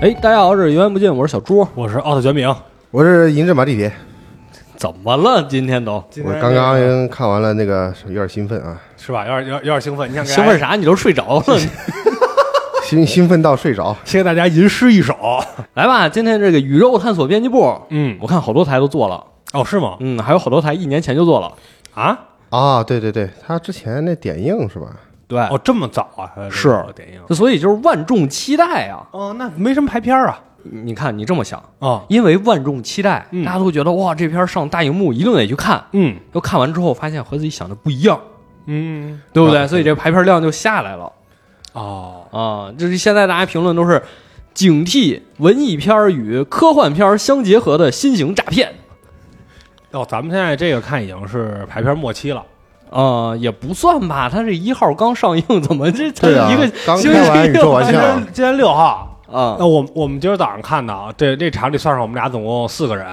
哎，大家好，这是源源不尽，我是小猪。我是奥特卷饼，我是银质马地铁，怎么了？今天都我刚刚看完了那个，有点兴奋啊，是吧？有点有点有点兴奋，你想给兴奋啥？你都 睡着了。兴 兴奋到睡着。先给大家吟诗一首。来吧，今天这个宇宙探索编辑部， 嗯，我看好多台都做了，哦，是吗？嗯，还有好多台一年前就做了。啊，啊，对对对，他之前那点映是吧？对，哦，这么早啊？是这个电影。所以就是万众期待啊！哦，那没什么排片儿啊。你看，你这么想，哦，因为万众期待，嗯大家都觉得哇，这片儿上大荧幕一定得去看。嗯都看完之后，发现和自己想的不一样，嗯，对不对？所以这排片量就下来了哦，啊！就是现在大家评论都是警惕文艺片儿与科幻片儿相结合的新型诈骗哦，咱们现在这个看已经是排片末期了。啊、也不算吧。它这一号刚上映，怎么 这它对啊一个刚星开完期宇宙六玩今笑天今天六号，啊那我我们今儿早上看的啊，这这场里算上我们俩总共四个人。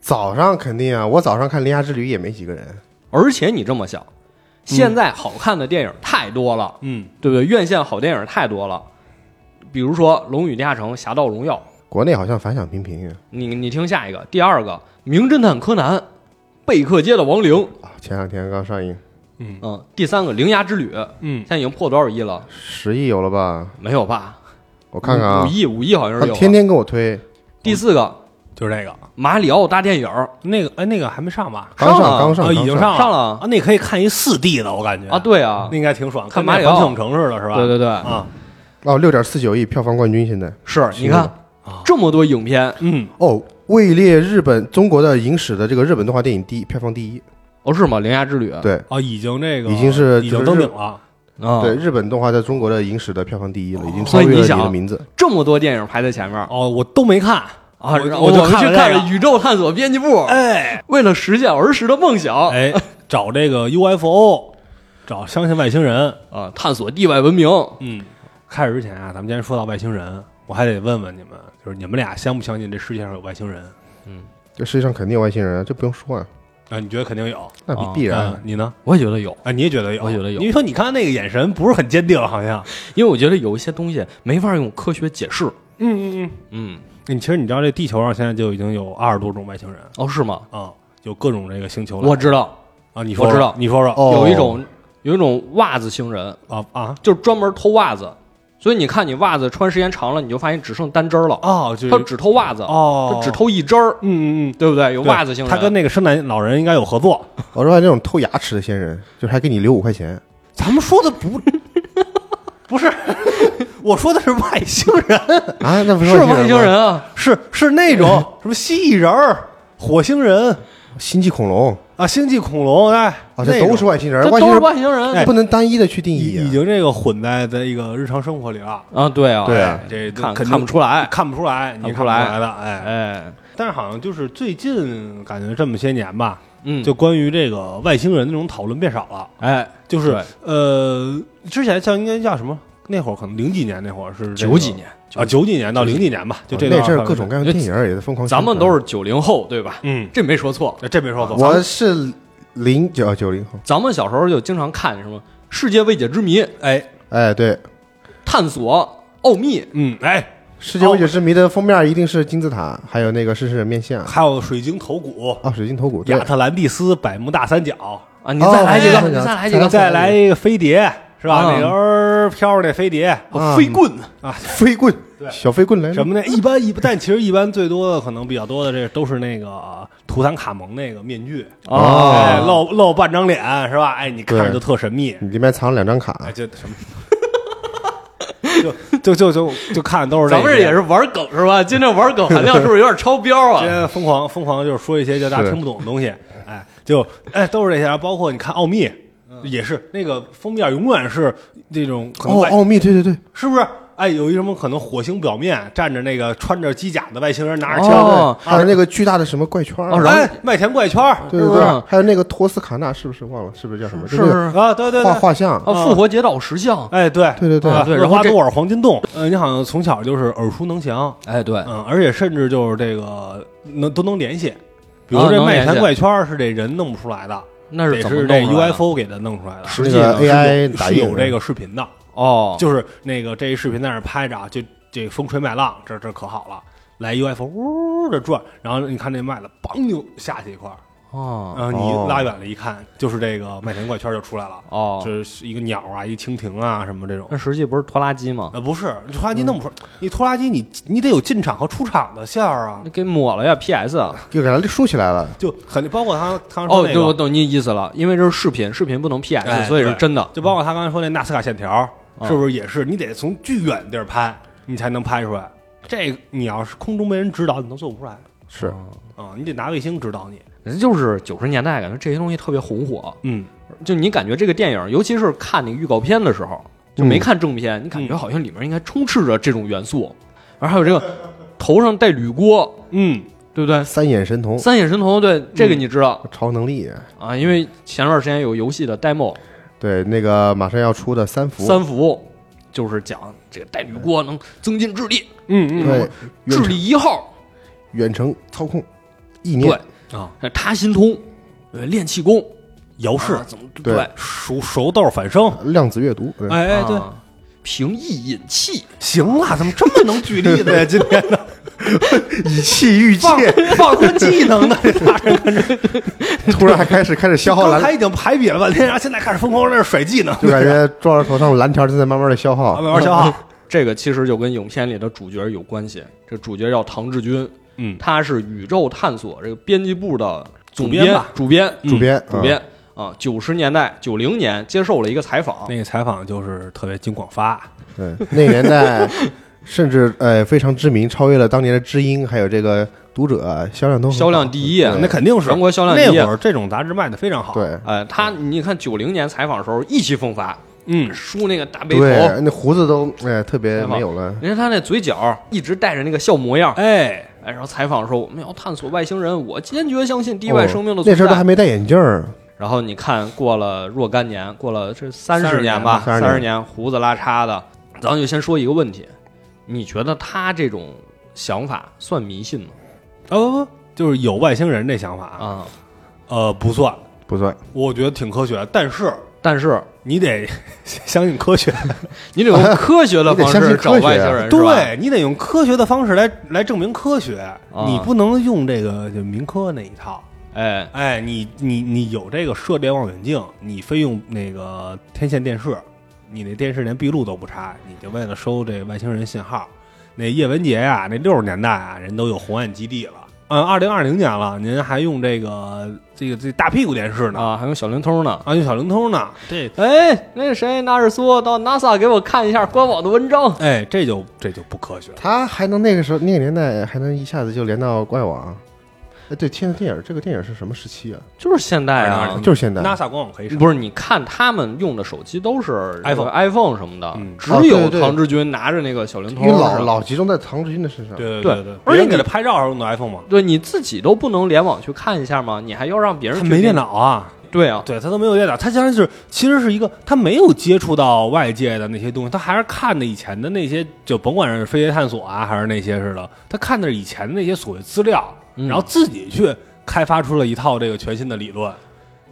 早上肯定啊，我早上看《铃芽之旅》也没几个人，而且你这么想，嗯现在好看的电影太多了，嗯，对不对？院线好电影太多了，比如说《龙与地下城》《侠盗荣耀》，国内好像反响平平啊。你你听下一个，第二个《名侦探柯南》，《贝克街的亡灵》，啊前两天刚上映，嗯，第三个《铃芽之旅》，嗯现，在已经破多少亿了？十亿有了吧？没有吧？我看看五啊五，亿，五亿好像他是有。天天跟我推，第四个《就是这个，马里奥大电影》那个哎，那个还没上吧？刚上了刚上，啊，已经刚上了，上了啊，那可以看一四 D 的，我感觉啊，，对啊那，应该挺爽，看跟那马里个奥环球影城似的，是吧？对对对，啊，哦，六点四九亿票房冠军现在。是你看啊这么多影片，嗯，哦，位列日本中国的影史的这个日本动画电影第一票房第一。哦是吗？《铃芽之旅》对啊，已经这个已经是已经登顶了，啊，哦对，，日本动画在中国的影史的票房第一了，已经所以超越你了你想的名字。这么多电影排在前面啊，哦，我都没看，我啊然后啊我我就们去看了这个看了《宇宙探索编辑部》，哎为了实现儿时的梦想哎，找这个 UFO，找相信外星人，啊，探索地外文明。嗯，开始之前啊，咱们今天说到外星人，我还得问问你们，就是你们俩相不相信这世界上有外星人？这世界上肯定有外星人啊，这不用说啊，啊，你觉得肯定有？那哦必必然啊嗯，你呢？我也觉得有，啊，你也觉得有？我觉得有你说你刚才那个眼神不是很坚定，好像。因为我觉得有一些东西没法用科学解释。嗯嗯嗯。嗯，你其实你知道，这地球上现在就已经有二十多种外星人哦，是吗？啊，有各种这个星球来。我知道，啊，你说我说知道你说说。哦有一种有一种袜子星人，啊啊就是专门偷袜子，所以你看你袜子穿时间长了，你就发现只剩单针儿了。哦，就他是只偷袜子，哦就，只偷一针儿，嗯嗯嗯，对不对？有对袜子星人，他跟那个圣诞老人应该有合作。嗯我说还有那种偷牙齿的仙人，就是还给你留五块钱，咱们说的 不不是，我说的是外星人，啊，那不呃是外外星人吗，啊，是是那 种什么蜥蜴人儿、火星人星际恐龙啊、星际恐龙，哎，啊，那这种都是外星人，这外都星是人外星人哎不能单一的去定已义已啊。经这个混在在一个日常生活里了。啊，对啊，对哎这看肯定看不出来看不出来，看你不看出不来出的，哎。哎，但是好像就是最近感觉这么些年吧，嗯，就关于这个外星人那种讨论变少了。哎，就是对呃，之前像应该叫什么？那会儿可能零几年那会儿是这个九几年啊，九几年到零几年吧，就这哦那段阵范围儿各种各样的电影也在疯狂宣咱传。们都是九零后，对吧？嗯，这没说错，这没说错，我是零九九零后，咱们小时候就经常看什么《世界未解之谜》、哎，哎，对，《探索奥秘，嗯，哎，世界未解之谜》的封面一定是金字塔，还有那个狮身面像还有水晶头骨、啊，水晶头骨，对亚，特兰蒂斯、百慕大三角，啊，你再来几个，哦你再来几个，再来一个飞碟，是吧？啊那个儿飘着那飞碟啊飞棍，飞棍，小飞棍来了什么的，一般一般，但其实一般最多的可能比较多的，这都是那个图坦卡蒙那个面具，哦哎，露露半张脸是吧？哎，你看着对就特神秘，你里面藏了两张卡哦哎，，就什么。就就就就就看都是咱们这这也是玩梗是吧？今天玩梗含量是不是有点超 标之啊？间疯狂疯狂就是说一些叫大家是听不懂的东西，哎，就哎都是这些，包括你看《奥秘》也是那个封面永远是这种可能哦，外、奥秘，对对对，是不是？哎，有一什么可能火星表面站着那个穿着机甲的外星人拿着枪，哦还有那个巨大的什么怪圈儿啊哦然后哎，麦田怪圈儿对是不对是对，还有那个托斯卡纳是不是忘了？是不是叫什么？是就那个是是啊，对对对画，画像，啊，复活节岛石像，哎对对对对啊对厄然后瓜这多尔黄金洞，呃，你好像从小就是耳熟能详，哎，对，嗯，而且甚至就是这个能都能联系，比啊如这能麦联系田怪圈儿是这人弄不出来的，那得怎么是弄这出来的 UFO 给它弄出来的。实那际呢个 AI 打是有印这个视频的，哦，就是那个这一视频在那儿拍着啊，就这风吹麦浪，这这可好了，来 UFO 呜的转，然后你看这麦子梆就下去一块儿，哦然后你拉远了一看，就是这个麦田怪圈就出来了，哦，这是一个鸟啊，一蜻蜓啊什么这种。那实际不是嗯拖拉机吗？呃，不是，拖拉机弄不出来，你拖拉机你你得有进场和出场的线儿啊，那给抹了呀，PS 啊。又给它竖起来了。就很包括他他说哦，那对，我个，懂你意思了，因为这是视频，视频不能 PS，、哎所以是对真的。就包括他刚才说那纳斯卡线条，嗯是不是也是你得从巨远地儿拍，你才能拍出来。这个你要是空中没人指导，你都做不出来是，哦啊，你得拿卫星指导你。人就是九十年代，感觉这些东西特别红火。嗯，就你感觉这个电影，尤其是看那个预告片的时候，就没看正片，你感觉好像里面应该充斥着这种元素。然后还有这个头上带铝锅，嗯，对不对？三眼神童，三眼神童，对这个你知道、超能力，啊？因为前段时间有游戏的 demo 对那个马上要出的三伏，三伏，就是讲这个带铝锅能增进智力，嗯对智力一号，远程操控，意念对啊，他心通，呃，练气功，姚氏啊怎么对对？熟熟豆反生，量子阅读，对哎哎对，啊，平易引气，行了，怎么这么能举 例子呀？今天 的以气 御放剑，放过技能的这大人，突然还开始开始消耗刚才蓝，已经排比了半天，然后现在开始疯狂在这甩技能，就感觉撞到头上蓝条正在慢慢的消啊耗。慢慢消耗。 这个其实就跟影片里的主角有关系。这主角叫唐志军，嗯他是宇宙探索这个编辑部的总主编编吧、主编、主编，嗯主编啊。九十年代，九零年接受了一个采访， 那个采访就是特别金广发，嗯，对，那个年代甚至呃非常知名，超越了当年的知音，还有这个读者呃销量都很销量好第一啊对那肯定是全国销量那第一会儿这种杂志卖的非常好。，对哎，他你看九零年采访的时候意气风发，嗯，梳那个大背头，对，那胡子都哎特别采访没有了。人家他那嘴角一直带着那个笑模样。哎，哎，然后采访说我们要探索外星人，我坚决相信地外生命的哦那存时在。候都还没戴眼镜儿，然后你看，过了若干年，过了这三30十年吧，吧30三十年胡子拉碴的，咱就先说一个问题：你觉得他这种想法算迷信吗？啊不不，就是有外星人这想法，啊、呃，不算，不算，我觉得挺科学，但是但是你得 相信科学，你得用科学的你得方相式信找科学外星人，是吧？对你得用科学的方式来来证明科学，你不能用这个就民科那一套。哎，哎，你你你有这个射电望远镜，你非用那个天线电视，你那电视连闭路都不插，你就为了收这外星人信号。那叶文洁呀、那六十年代啊，人都有红岸基地了。嗯，二零二零年了，您还用这个这个这大屁股电视呢？啊，还有小灵通呢。啊，用小灵通呢？这哎，那谁纳尔苏到 NASA 给我看一下官网的文章。哎，这就这就不科学了。他还能那个时候那个年代还能一下子就连到怪网。哎，对，现在电影这个电影是什么时期啊？就是现代啊嗯，就是现在。 NASA 官网可以上，不是，你看他们用的手机都是 iPhone iPhone 啊什么的，嗯只哦对有对唐志军拿着那个小灵因通为是吧，老老集中在唐志军的身上。对对对，而且别人给你他拍照时候用的 iPhone 嘛，对，你自己都不能联网去看一下吗？你还要让别人他去没给电你？脑啊。对啊，对他都没有跌倒，他当然是其实是一个他没有接触到外界的那些东西，他还是看的以前的那些，就甭管是飞碟探索啊，还是那些似的，他看的是以前的那些所谓资料，嗯然后自己去开发出了一套这个全新的理论。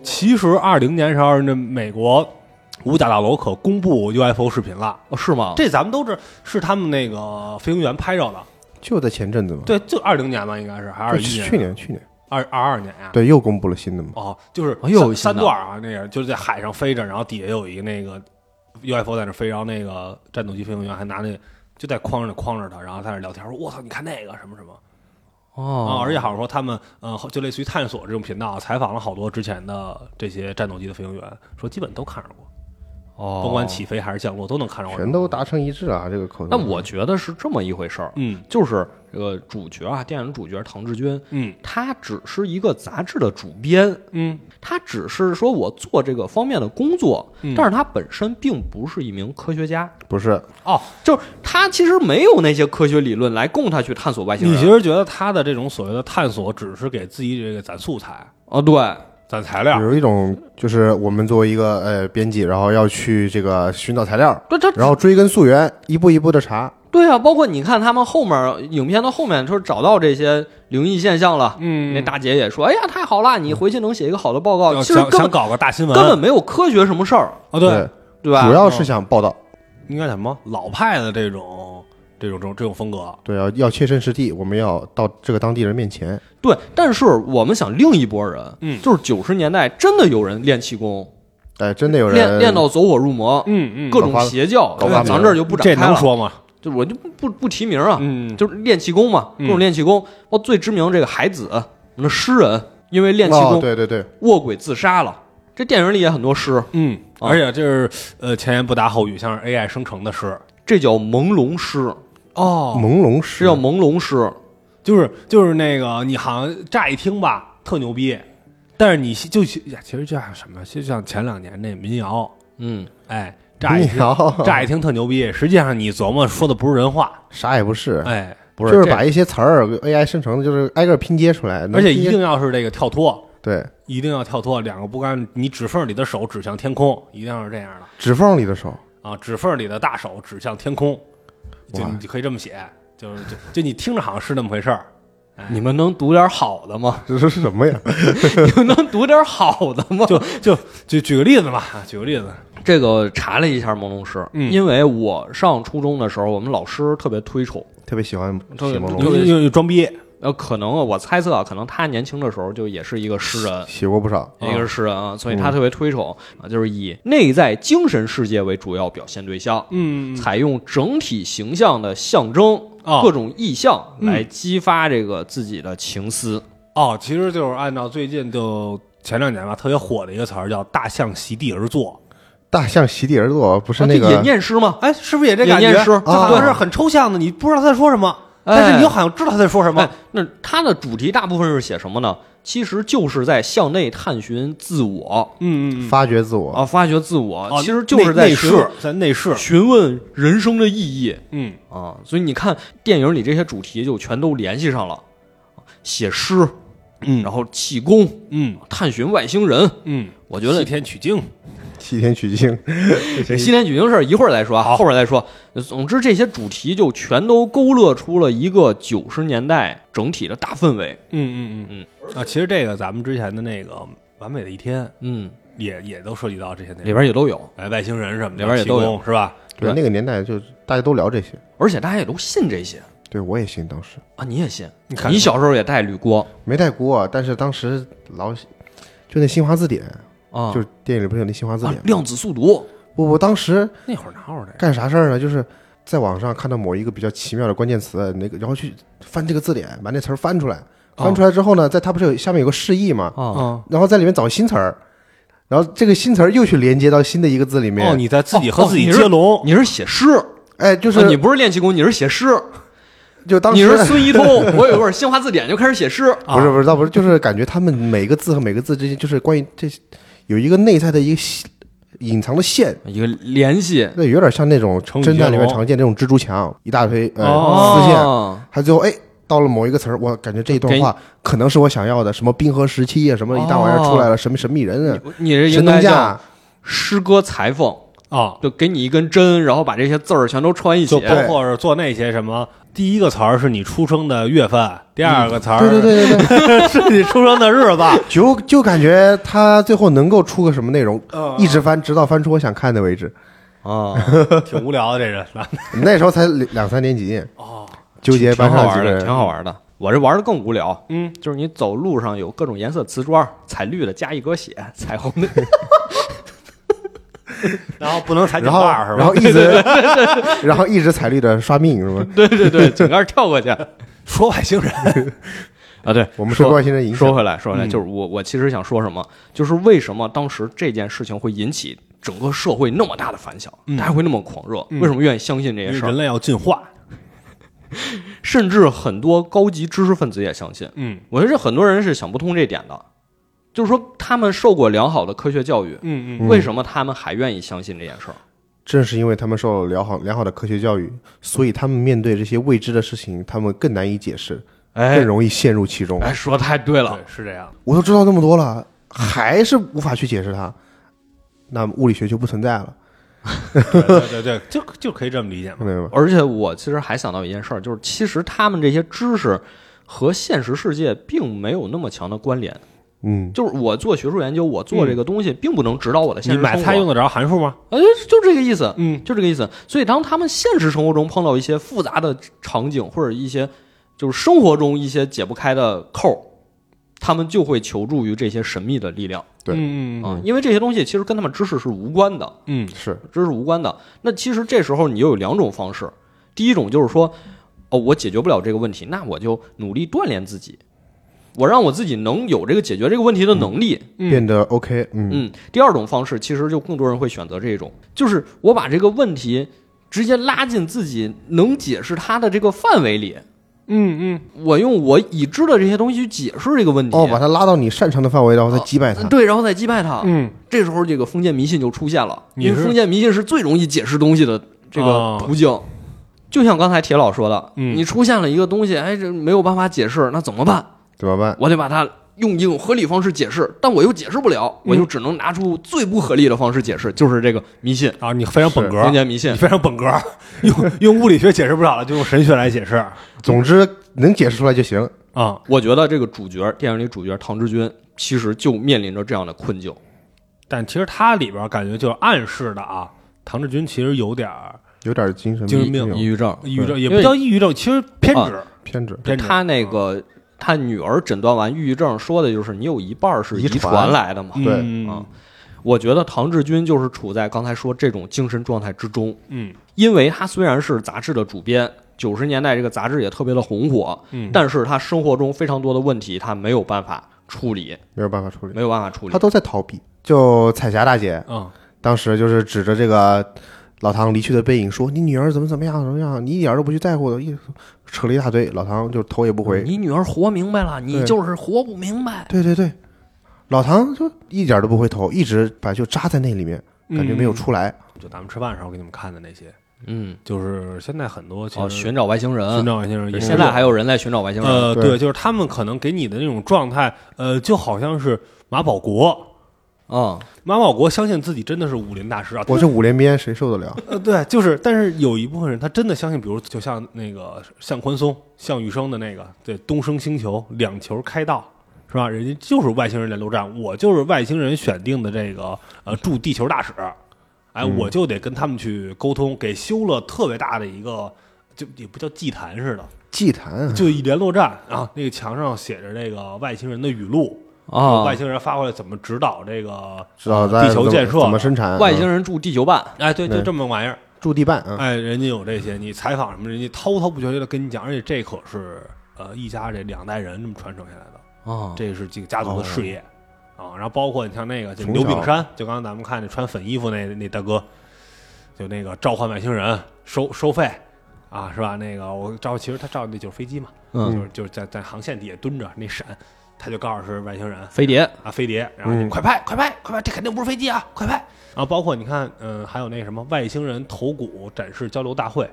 其实二零年时候，那美国五角大楼可公布 UFO 视频了，哦，是吗？这咱们都知是他们那个飞行员拍着的，就在前阵子嘛。对，就二零年吧，应该是还是二就一去年去嗯年，二二二年呀、对，又公布了新的嘛。哦，就是哎呦三有新的三段啊，那个就是在海上飞着，然后底下有一个那个 UFO 在那飞，然后那个战斗机飞行员还拿那就在框着框着他，然后在那聊天说：“我操，你看那个什么什么啊！”哦，而且好像说他们呃，就类似于探索这种频道采访了好多之前的这些战斗机的飞行员，说基本都看着过，哦，甭管起。飞还是降落都能看着过。全都达成一致啊，这个口头。但哦我觉得是这么一回事儿，嗯就是这个主角啊，电影主角唐志军，嗯他只是一个杂志的主编，嗯他只是说我做这个方面的工作，嗯但是他本身并不是一名科学家，不是哦，就是他其实没有那些科学理论来供他去探索外星你人。其实觉得他的这种所谓的探索只是给自己这个攒素材、哦，对，啊攒材料，有一种，就是我们作为一个呃编辑，然后要去这个寻找材料，对他然后追根溯源，一步一步的查。对啊，包括你看他们后面影片的后面，就是找到这些灵异现象了。嗯那大姐也说：“哎呀，太好了，你回去能写一个好的报告。”哦其实想根想本搞个大新闻，根本没有科学什么事儿，啊对，对吧？哦主要是想报道。应该什么老派的这种这种这种这种风格。对，要要切身实地，我们要到这个当地人面前。对，但是我们想另一拨人，嗯就是九十年代真的有人练气功，哎，真的有人练练到走火入魔，嗯嗯各搞种花邪教，搞花咱名这儿就不展这开能了，说吗？就我就不不不提名啊，嗯，就是练气功嘛，各嗯种练气功。哦，最知名这个海子，我们的诗人，因为练气哦功对对对，卧轨自杀了。这电影里也很多诗，嗯，啊而且就是呃前言不搭后语，像是 AI 生成的诗这叫朦胧诗，哦，朦胧这诗叫朦胧诗。就是就是那个你好像乍一听吧特牛逼，但是你就呀其实就像什么，就像前两年那民谣，嗯，哎，乍一民听谣乍一听特牛逼，实际上你琢磨说的不是人话，啥也不是，哎，不是就是这把一些词儿 AI 生成的，就是挨个拼接出来，能而且拼一接定要是这个跳脱。对一定要跳脱两个不干，你指缝里的手指向天空，一定要是这样的。指缝里的手，啊，指缝里的大手指向天空，就哇你可以这么写，就是就就你听着好像是那么回事儿，哎你们能读点好的 吗？这是什么呀？ 你们能读点好的吗？就就就举个例子吧，啊举个例子，这个查了一下朦胧诗，嗯因为我上初中的时候，我们老师特别推崇。特别喜欢写这个朦这胧，个又又又装逼，呃，可能啊我猜测啊，可能他年轻的时候就也是一个诗人，写过不少。哦一个是诗人啊，嗯所以他特别推崇啊，就是以内在精神世界为主要表现对象，嗯采用整体形象的象征。哦各种意象嗯来激发这个自己的情思，哦，其实就是按照最近就前两年吧特别火的一个词儿叫“大象席地而坐大象席地而坐，不是啊那这也个念诗吗”，？哎，是不是也这也感觉？念诗就好像啊是很抽象的，你不知道他在说什么，但是哎你又好像知道他在说什么哎。，那它的主题大部分是写什么呢？其实就是在向内探寻自我嗯嗯发掘自我，啊，发掘自我，哦其实就是内在内询饰，在内饰，询问人生的意义。嗯，啊，所以你看电影里这些主题就全都联系上了，写诗，嗯然后气功，嗯探寻外星人，嗯，我觉得西天取经，西天取 经，这西天取经事儿一会儿再说啊，后边再说。总之，这些主题就全都勾勒出了一个九十年代整体的大氛围。嗯嗯嗯啊，其实这个咱们之前的那个《完美的一天》嗯，也也都涉及到这些内里容，边也都有，哎，外星人什么里的，边也气都有功是吧？对对，那个年代就大家都聊这些。而且大家也都信这些对我也信，当时啊，你也信？你看你小时候也带铝锅没带锅，啊但是当时老就那新华字典，啊，就是电影里不是有那新华字啊典？吗？量子速读不不，当时那会儿哪有这个？干啥事儿呢？就是在网上看到某一个比较奇妙的关键词，那个然后去翻这个字典，把那词儿翻出来，哦翻出来之后呢，在它不是有下面有个释义嘛，啊，啊，然后在里面找新词儿，然后这个新词儿又去连接到新的一个字里面。哦，你在自己哦和哦自己你是接龙，你是写诗，哎，就、就是哦你不是练气功，你是写诗，就当你 时是孙一通，我有一本新华字典就开始写诗。啊不是不是，倒不是，就是感觉他们每个字和每个字之间，就是关于这有一个内在的一个细隐藏的线。啊一个联系那有点像那种成语侦接探里面龙常见那种蜘蛛墙，一大堆呃、丝线，哦，他最后哎到了某一个词儿，我感觉这一段话可能是我想要的，什么冰河时期啊，什么一大玩意儿出来了，什么神秘人啊，你这应神该农叫架，诗歌裁缝，啊，就给你一根针，然后把这些字儿全都穿一起啊就。包括是做那些什么，第一个词儿是你出生的月份，第二个词儿嗯对对对对 对，是你出生的日子，就就感觉他最后能够出个什么内容，嗯一直翻，直到翻出我想看的为止。啊，挺无聊的这人。 那时候才两两三年级，哦，纠结挺班好上几玩个的，挺人，好玩的。我这玩的更无聊，嗯，就是你走路上有各种颜色瓷砖，彩绿的加一格血，彩虹的， 然后不能踩井然后盖儿是然吧后？一直 然后一直踩绿的刷命是吧？对对对，井盖跳过去 啊。说外星人，对，我们受说外星人影说响，回来，说回来，嗯就是我我其实想说什么，就是为什么当时这件事情会引起整个社会那么大的反响，嗯大家会那么狂热，嗯为什么愿意相信这些事儿人？类要进化。甚至很多高级知识分子也相信。嗯我觉得这很多人是想不通这点的，就是说他们受过良好的科学教育，嗯嗯为什么他们还愿意相信这件事儿？正是因为他们受了良好良好的科学教育，所以他们面对这些未知的事情，他们更难以解释，更哎容易陷入其中。哎，说得太对了，对，是这样。我都知道那么多了，还是无法去解释它，那么物理学就不存在了，对对对对，就就可以这么理解嘛。明白吗？而且我其实还想到一件事儿，就是其实他们这些知识和现实世界并没有那么强的关联。嗯，就是我做学术研究，我做这个东西，并不能指导我的呃现嗯你实生活。买菜用得着函数吗？呃，就这个意思，嗯，就这个意思。所以，当他们现实生活中碰到一些复杂的场景，或者一些就是生活中一些解不开的扣儿，他们就会求助于这些神秘的力量对嗯啊、因为这些东西其实跟他们知识是无关的，嗯是知识无关的。那其实这时候你又有两种方式，第一种就是说，哦，我解决不了这个问题，那我就努力锻炼自己，我让我自己能有这个解决这个问题的能力，嗯变得 OK，嗯，嗯，第二种方式其实就更多人会选择这种，就是我把这个问题直接拉进自己能解释它的这个范围里，嗯嗯我用我已知的这些东西去解释这个问题。哦，把它拉到你擅长的范围，然后再击败哦它。对，然后再击败它。嗯，这时候这个封建迷信就出现了，你因为是封建迷信是最容易解释东西的这个哦途径。就像刚才铁老说的，嗯你出现了一个东西，哎，这没有办法解释，那怎么办？怎么办？我得把它用一种合理方式解释，但我又解释不了，我嗯就只能拿出最不合理的方式解释，就是这个迷信。啊，你非常本格封，建迷信你，非常本格，用用物理学解释不了了，就用神学来解释总之能解释出来就行。啊。我觉得这个主角电影里主角唐志军其实就面临着这样的困境。但其实它里边感觉就是暗示的啊，唐志军其实有点儿有点精神精神病抑郁症，抑郁症，对啊也不叫抑郁症，其实偏执，偏执，偏执。他那个他女儿诊断完抑郁症说的就是你有一半儿是遗遗传传来的嘛。对啊嗯，我觉得唐志军就是处在刚才说这种精神状态之中，嗯因为他虽然是杂志的主编，九十年代这个杂志也特别的红火，嗯但是他生活中非常多的问题他没有办法处理，没有办法处理，没有办法处理他。都在逃避。就彩霞大姐啊当时就是指着这个老唐离去的背影说：“你女儿怎么怎么样怎么样，你一点都不去在乎的，一扯了一大堆。”老唐就头也嗯不回。你女儿活明白了，你对就是活不明白。对对对，老唐就一点都不回头，一直把就扎在那里面，嗯感觉没有出来。就咱们吃饭时候给你们看的那些，嗯，就是现在很多其哦，实寻找外星人，寻找外星人对也是现在还有人在寻找外星人。呃，对对，就是他们可能给你的那种状态，呃，就好像是马保国，嗯，马保国相信自己真的是武林大师啊。我这五连鞭谁受得了？呃，对，就是，但是有一部分人他真的相信，比如就像那个像宽松、像雨生的那个，对，东升星球两球开道，是吧？人家就是外星人联络站，我就是外星人选定的这个呃驻地球大使，哎，我就得跟他们去沟通，给修了特别大的一个，就也不叫祭坛似的，祭坛啊，就一联络站啊，那个墙上写着这个外星人的语录啊，外星人发过来怎么指导这个知道呃在地球啊建设怎么生产，外嗯星人住地球办，哎，对，就对这么玩意儿。驻地办 啊，哎，人家有这些，你采访什么，人家滔滔不绝的跟你讲，而且这可是呃一家这两代人这么传承下来的，哦啊，这是这个家族的事业啊。然后包括你像那个就刘从小炳山，就刚刚咱们看那穿粉衣服那那大哥，就那个召唤外星人收收费啊，是吧？那个我照，其实他照那就是飞机嘛，嗯就是就是在在航线底下蹲着那闪，他就告诉是外星人，飞碟，啊，飞碟，然嗯后你快拍，快拍，快拍，这肯定不是飞机啊，快拍！然后包括你看，嗯、还有那什么外星人头骨展示交流大会，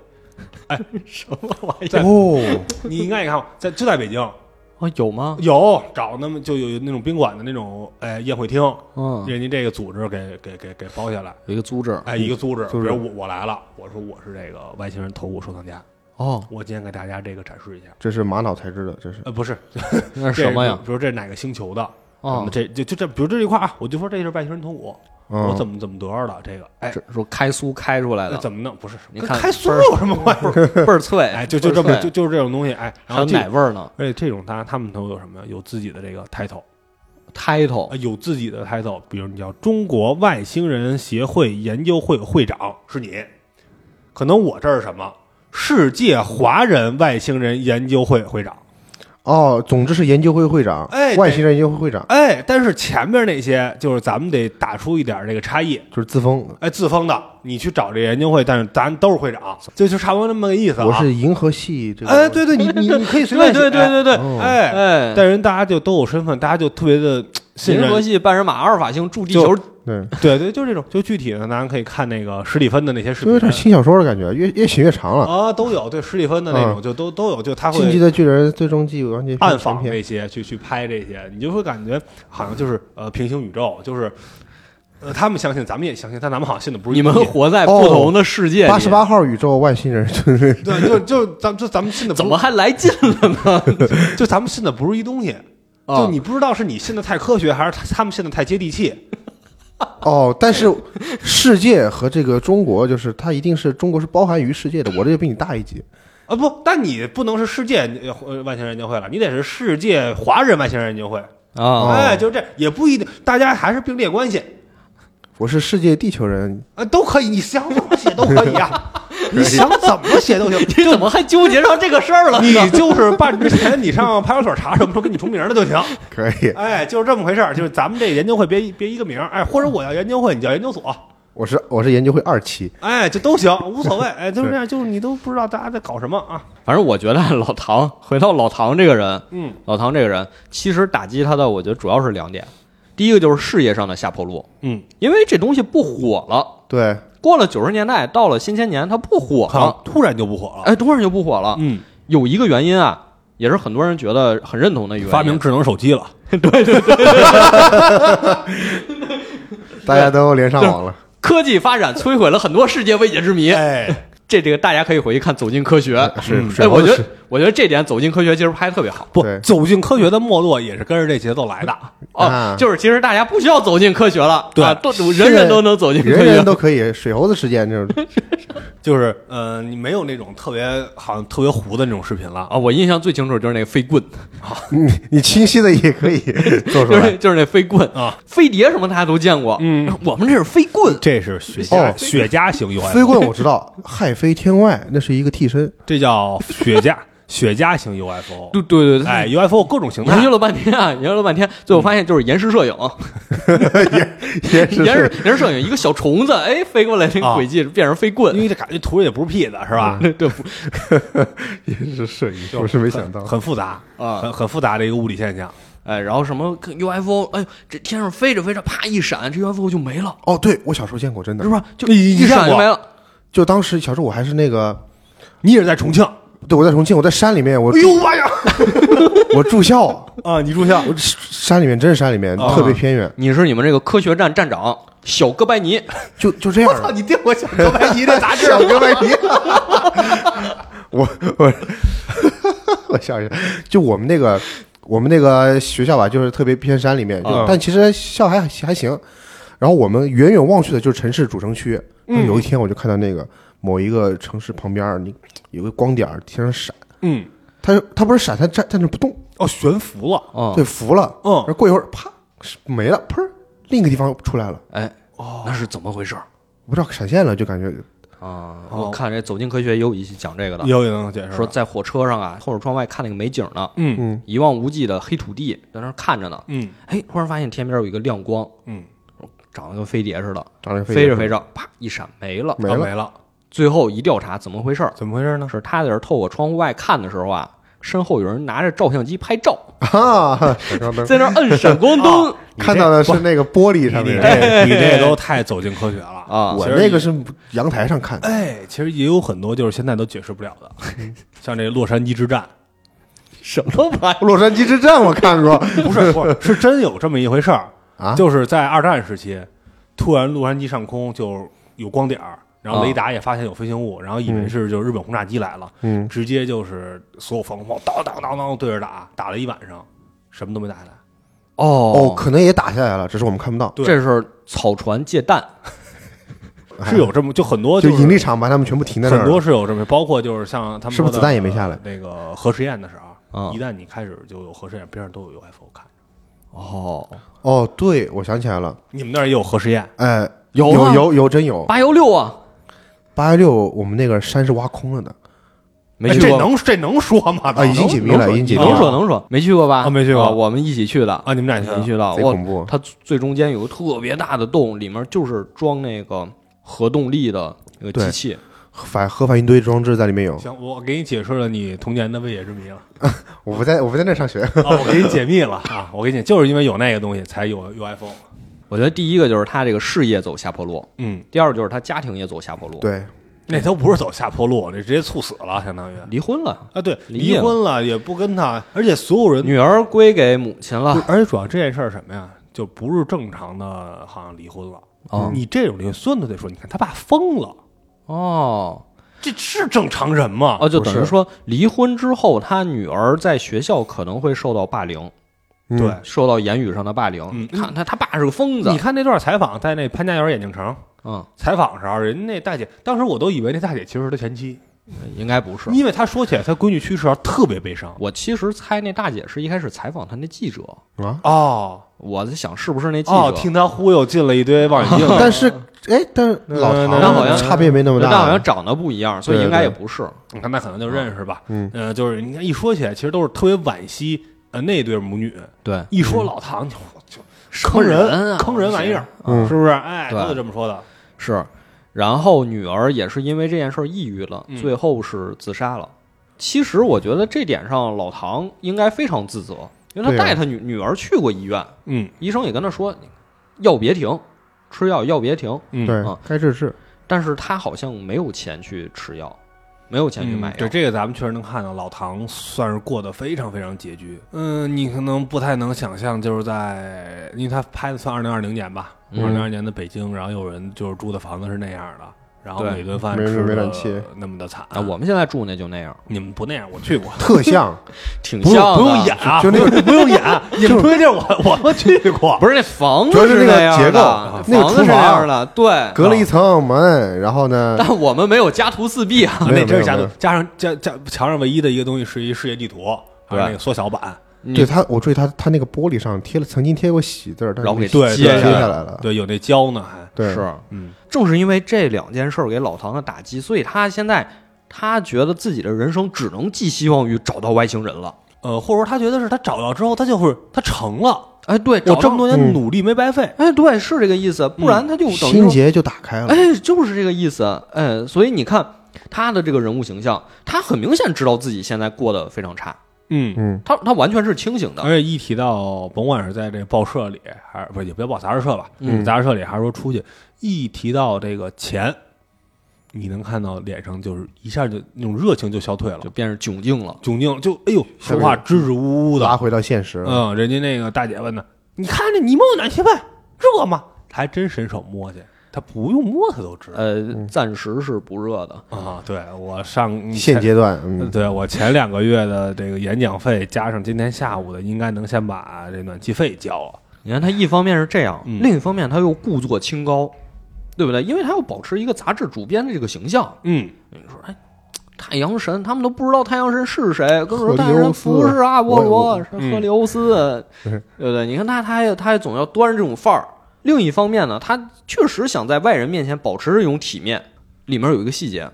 哎，什么玩意儿？ 哦，你应该也看过，在就在北京啊，有吗？有找那么就有那种宾馆的那种哎宴会厅，嗯，人家这个组织给给给给包下来，有一个租制，哎，一个组织，比嗯组织如我我来了，我说我是这个外星人头骨收藏家，哦，我今天给大家这个展示一下。这是玛瑙材质的，这是呃，不是那是什么呀这？比如这是哪个星球的？哦咱们这就就这，比如这一块啊，我就说这是外星人头骨，嗯我怎么怎么得着的这个？哎，这说开苏开出来那的，怎么弄？不是，你跟看开锁有什么关系？倍儿脆， 哎，就就这倍么儿就脆就是这种东西，哎，还然有后这奶味儿呢而且这种他他们都有什么呀？有自己的这个 title， ，title 呃有自己的 title，比如你叫中国外星人协会研究会会长是你，可能我这儿是什么世界华人外星人研究会会长，哦，总之是研究会会长，哎外星人研究会会长哎，但是前面那些就是咱们得打出一点这个差异，就是自封，哎，自封的，你去找这研究会，但是咱都是会长，就就差不多那么个意思啊。我是银河系这个，哎，对对，你你你可以随便对对写对对对 哦哎，哎，但人大家就都有身份，大家就特别的信银河任。系半人马阿尔法星住地球，对，对对，就是这种，就具体的，大家可以看那个史蒂芬的那些视就有点频轻小说的感觉，越越写越长了。嗯啊，都有对史蒂芬的那种，就都都有，就他进击会的巨人最终季完结篇暗全访篇，这些，去去拍这些，你就会感觉好像就是呃平行宇宙，就是呃他们相信，咱们也相信，但咱们好像信的不是哦你一们个活在不同的世界里，八十八号宇宙外星人， 就是对，就就咱们就咱们信的不怎是么还来劲了呢？就咱们信的不是一东西。啊就你不知道是你信的太科学，还是他他们信的太接地气。哦，但是世界和这个中国，就是它一定是中国是包含于世界的，我这就比你大一级。啊不，但你不能是世界呃外星人研究会了，你得是世界华人外星人研究会。啊，哎，就这也不一定，大家还是并列关系我是世界地球人，啊，都可以，你想怎么写都可以 啊，你想怎么写都行。你怎么还纠结上这个事儿了你呢？就是办之前，你上派出所查什么时候跟你重名的就行。可以。哎，就是这么回事儿，就是咱们这研究会别一别一个名儿，哎，或者我叫研究会，你叫研究所，我是我是研究会二期，哎，这都行，无所谓，哎，就是这样，就是你都不知道大家在搞什么啊，反正我觉得老唐，回到老唐这个人，嗯，老唐这个人，其实打击他的，我觉得主要是两点，第一个就是事业上的下坡路，嗯，因为这东西不火了，对，过了九十年代，到了新千年，它不火了，突然就不火了，哎，突然就不火了。嗯，有一个原因啊，也是很多人觉得很认同的一个原因嗯发明智能手机了，大家都连上网了。科技发展摧毁了很多世界未解之谜。哎，这这个大家可以回去看《走进科学》是嗯水哎，猴我子觉是得我觉得这点《走进科学》其实拍的特别好不对，走进科学的没落也是跟着这节奏来的，哦啊，就是其实大家不需要走进科学了，对啊都人人都能走进科人学人。都可以。水猴子事件这种，就是呃，你没有那种特别好像特别糊的那种视频了，啊，我印象最清楚就是那个飞棍， 你你清晰的也可以做出就来是。就是那飞棍啊，飞碟什么大家都见过，嗯，我们这是飞棍，这是雪茄哦雪茄型 UFO，飞棍我知道，害飞天外那是一个替身，这叫雪茄 雪茄型 UFO，对对对，哎，UFO 各种形态研，究了半天啊，研 究了半天，最后发现就是延时摄影，也是延时延时摄影，一个小虫子，哎，飞过来那个啊轨迹变成飞因棍，为这感觉图也不是屁的，是吧？对，不也是摄影，我是没想到。很复杂啊很很复杂的一个物理现象。哎，然后什么 UFO，哎，这天上飞着飞着，啪一闪，这 UFO 就没了，哦，对我小时候见过，真的是。吧？就你你一闪见就哎过没了。就当时小时候我还是那个，你也是在重庆？哎对我在重庆，我在山里面，我 住妈呀！我住校，啊，你住校？我山里面真是山里面，啊特别偏远，你是你们这个科学站站长小哥 白尼，就就这样。我操！啊你订我小哥白尼的杂志？小哥白尼， 我我我想一下，就我们那个我们那个学校吧，就是特别偏山里面，就嗯但其实校还还行。然后我们远远望去的就是城市主城区。嗯然后有一天我就看到那个某一个城市旁边儿，你有个光点儿天上闪，嗯，它它不是闪，它站站着不动，哦，悬浮了。哦，对，浮了。嗯然后过一会儿啪是没了，砰，另一个地方出来了， 哎，哦，那是怎么回事儿我不知道闪现了，就感觉啊？哦我看这《走进科学》也有一期讲这个的，有也能解释。说在火车上啊，透着窗外看那个美景呢，嗯嗯，一望无际的黑土地，在那儿看着呢。嗯哎，突然发现天边有一个亮光，嗯，长得跟飞碟似的，长得飞着飞着，啪一闪没了。没啊了没了，最后一调查，怎么回事儿？怎么回事呢？是他在这儿透过窗户外看的时候啊，身后有人拿着照相机拍照，啊，闪光灯。在那儿摁闪光灯你这 看到的是那个玻璃你上你面，这哎你这都太走进科学了啊我那个。是阳台上看的，哎，其实也有很多就是现在都解释不了 的，像这洛杉矶之战，什么玩意儿？洛杉矶之战我看过不是不是是真有这么一回事儿，啊，就是在二战时期，突然洛杉矶上空就有光点儿，然啊后雷达也发现有飞行物，然后以为是就是日本轰炸机来了，嗯，直接就是所有防空炮当当当当对着打，打了一晚上，什么都没打下来。哦，哦，可能也打下来了，只是我们看不到，对这是草船借弹，是有这么就很多哎就是引力场把他们全部停在那很儿多了，是有这么，包括就是像他们是不说的是子弹也没下来呃那个核试验的时候，啊一旦你开始就有核试验，边上都有 UFO 看着。哦，哦，对，我想起来了，你们那儿也有核试验？哎，有有啊有有真有，八幺六啊，八幺六我们那个山是挖空了的，没哎去这过吧能这能说吗？啊已经紧密了能说已经紧密能了说能说，没去过吧？啊没去过啊我们一起去的，啊！你们俩一去起去的。哎贼哇恐怖它最中间有个特别大的洞，里面就是装那个核动力的那个机对器。反核反应堆装置在里面有，行，我给你解释了你童年的未解之谜了。我不在我不在那儿上 学，啊，我给你解密了 啊！我给你，就是因为有那个东西才有 UFO。我觉得第一个就是他这个事业走下坡路，嗯，第二个就是他家庭也走下坡路，对，那都不是走下坡路，这直接猝死了，相当于离婚了，啊，对，离离异了婚了也不跟他，而且所有人，女儿归给母亲了。啊哦而且主要这件事儿什么呀，就不是正常的，好像离婚了。嗯哦你这种离婚，孙子得说，你看他爸疯了，哦这是正常人吗？哦，就不是等于说离婚之后，他女儿在学校可能会受到霸凌，嗯对，受到言语上的霸凌。嗯看他他爸是个疯子你，看那段采访，在那潘家园眼镜城嗯，采访时候，人那大姐，当时我都以为那大姐其实是他前妻，应该不是。因为她说起来她闺女去世时候特别悲伤。我其实猜那大姐是一开始采访他那记者，啊。哦我在想是不是那记者。哦，听她忽悠进了一堆望远镜，但是，哎，但是老嗯唐那好像差别没那么但大，好像长得不一样，所以对应该也对不是。 你看那可能就认识吧。嗯，呃，就是你看一说起来，其实都是特别惋惜。呃，那对母女对，一说老唐就就坑人啊人坑人玩意儿，嗯是不是？哎，对都是这么说的。是。然后女儿也是因为这件事儿抑郁了，嗯最后是自杀了。其实我觉得这点上老唐应该非常自责，因为对他啊带他女、女儿去过医院，嗯医生也跟他说药别停，吃药药别停。嗯，对嗯，该治治。但是他好像没有钱去吃药，没有钱去买嗯药。对这个咱们确实能看到，老唐算是过得非常非常拮据。嗯，你可能不太能想象，就是在因为他拍的算二零二零年吧，嗯二零二零年的北京，然后有人就是住的房子是那样的，然后对每顿饭没吃没的暖气那么的惨啊，我们现在住那就那样，你们不那样，我 去过，特像，挺不像用的不用演，啊，就那不用不用演， 你们推荐我我们去过，不是那房主子要是那个那样结构的，那个房子是厨那房样的，对。隔了一层门，然后呢，但我们没有家徒四壁啊，啊没有那真是没有加没多有加上加加墙上唯一的一个东西是一世界地图，还对有那个缩小版，你对他，我注意他，他那个玻璃上贴了曾经贴过喜字儿，但然后给是对接贴对下下来。来了。对，有那胶呢还，对，是，嗯正是因为这两件事儿给老唐的打击，所以他现在他觉得自己的人生只能寄希望于找到外星人了。呃，或者说他觉得是他找到之后，他就是他成了，哎，对，我找这到，么多年努力没白费，哎，对，是这个意思，不然他就等于心说嗯结就打开了。哎，就是这个意思。哎，所以你看他的这个人物形象，他很明显知道自己现在过得非常差，嗯。嗯，他他完全是清醒的。而且一提到，甭管是在这报社里，还是不是也不要报杂志社吧，嗯杂志社里，还是说出去，一提到这个钱，你能看到脸上就是一下就那种热情就消退了就，变成窘境了，窘境就哎呦，说话支支吾吾的拉，回到现实了。嗯，人家那个大姐问的，你看着你摸暖气费热吗？她还真伸手摸去，她不用摸她都知道呃，嗯暂时是不热的。啊。对我上现阶段，前嗯，对我前两个月的这个演讲费，加上今天下午的，应该能先把这暖气费交了。你看他一方面是这样，嗯另一方面他又故作清高，对不对？因为他要保持一个杂志主编的这个形象。嗯，你说，哎，太阳神，他们都不知道太阳神是谁，跟我说赫太利阳神欧斯不是阿波我嗯罗，我是赫利欧斯， 对不对？你看他，他也他也总要端着这种范儿。另一方面呢，他确实想在外人面前保持这种体面。里面有一个细节，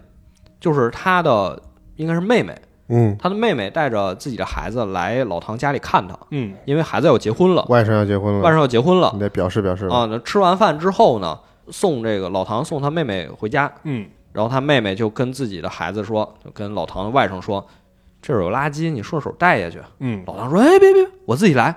就是他的应该是妹妹，嗯，他的妹妹带着自己的孩子来老唐家里看他，嗯，因为孩子要结婚了，外甥要结婚外了，甥要结婚了你得表示表示。啊。那吃完饭之后呢，送这个老唐送他妹妹回家，嗯，然后他妹妹就跟自己的孩子说，就跟老唐的外甥说，这儿有垃圾，你顺手带下去。嗯，老唐说，哎，别别，别我自己来。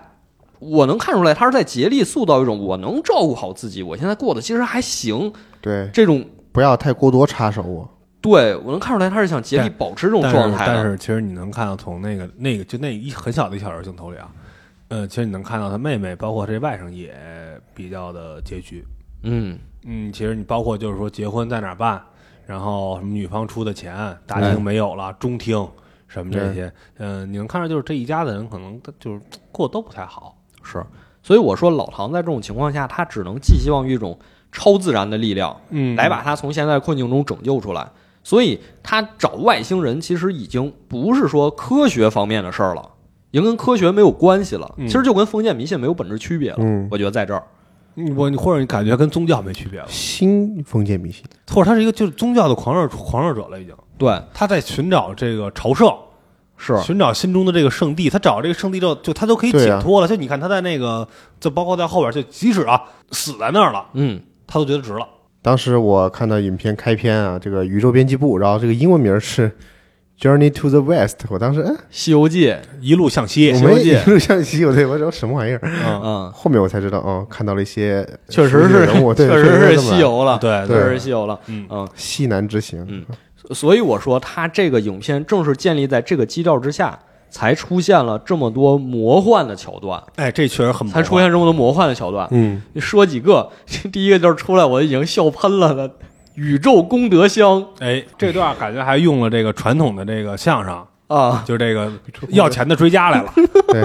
我能看出来，他是在竭力塑造一种我能照顾好自己，我现在过得其实还行对，这种。不要太过多插手我。对我能看出来，他是想竭力保持这种但状是态但的。是其实你能看到从那个那个就那一很小的一小人镜头里啊，呃，其实你能看到她妹妹，包括这外甥也比较的拮据。嗯，嗯，其实你包括就是说结婚在哪儿办，然后什么女方出的钱，大厅没有了，中厅什么这些，嗯、你能看着就是这一家子人可能他就是过得都不太好。是。所以我说，老唐在这种情况下，他只能寄希望于一种超自然的力量，嗯来把他从现在的困境中拯救出来。所以他找外星人其实已经不是说科学方面的事儿了，已经跟科学没有关系了。嗯其实就跟封建迷信没有本质区别了。嗯，我觉得在这儿，你我你或者你感觉跟宗教没区别了，新封建迷信，或者他是一个就是宗教的狂热狂热者了已经。对，他在寻找这个朝圣，是寻找心中的这个圣地。他找这个圣地之后，就他都可以对解啊脱了。就你看他在那个，就包括在后边，就即使啊死在那儿了，嗯，他都觉得值了。当时我看到影片开篇啊，这个宇宙编辑部，然后这个英文名是 Journey to the West，我当时哎《西游记》一路向西， 我西游没记一路向西，我对我说什么玩意儿？嗯嗯，后面我才知道，哦，看到了一些确实是，人物，对，确实是这么来西游了，对确对实是西游了。嗯嗯，西南之行，嗯所以我说，他这个影片正是建立在这个基调之下，才出现了这么多魔幻的桥段，哎，这确实很才魔幻出现这么多魔幻的桥段。嗯，说几个， 第一个就是出来我已经笑喷了的宇宙功德箱哎，这段感觉还用了这个传统的这个相声，啊， 就是这个要钱的追加来了。对，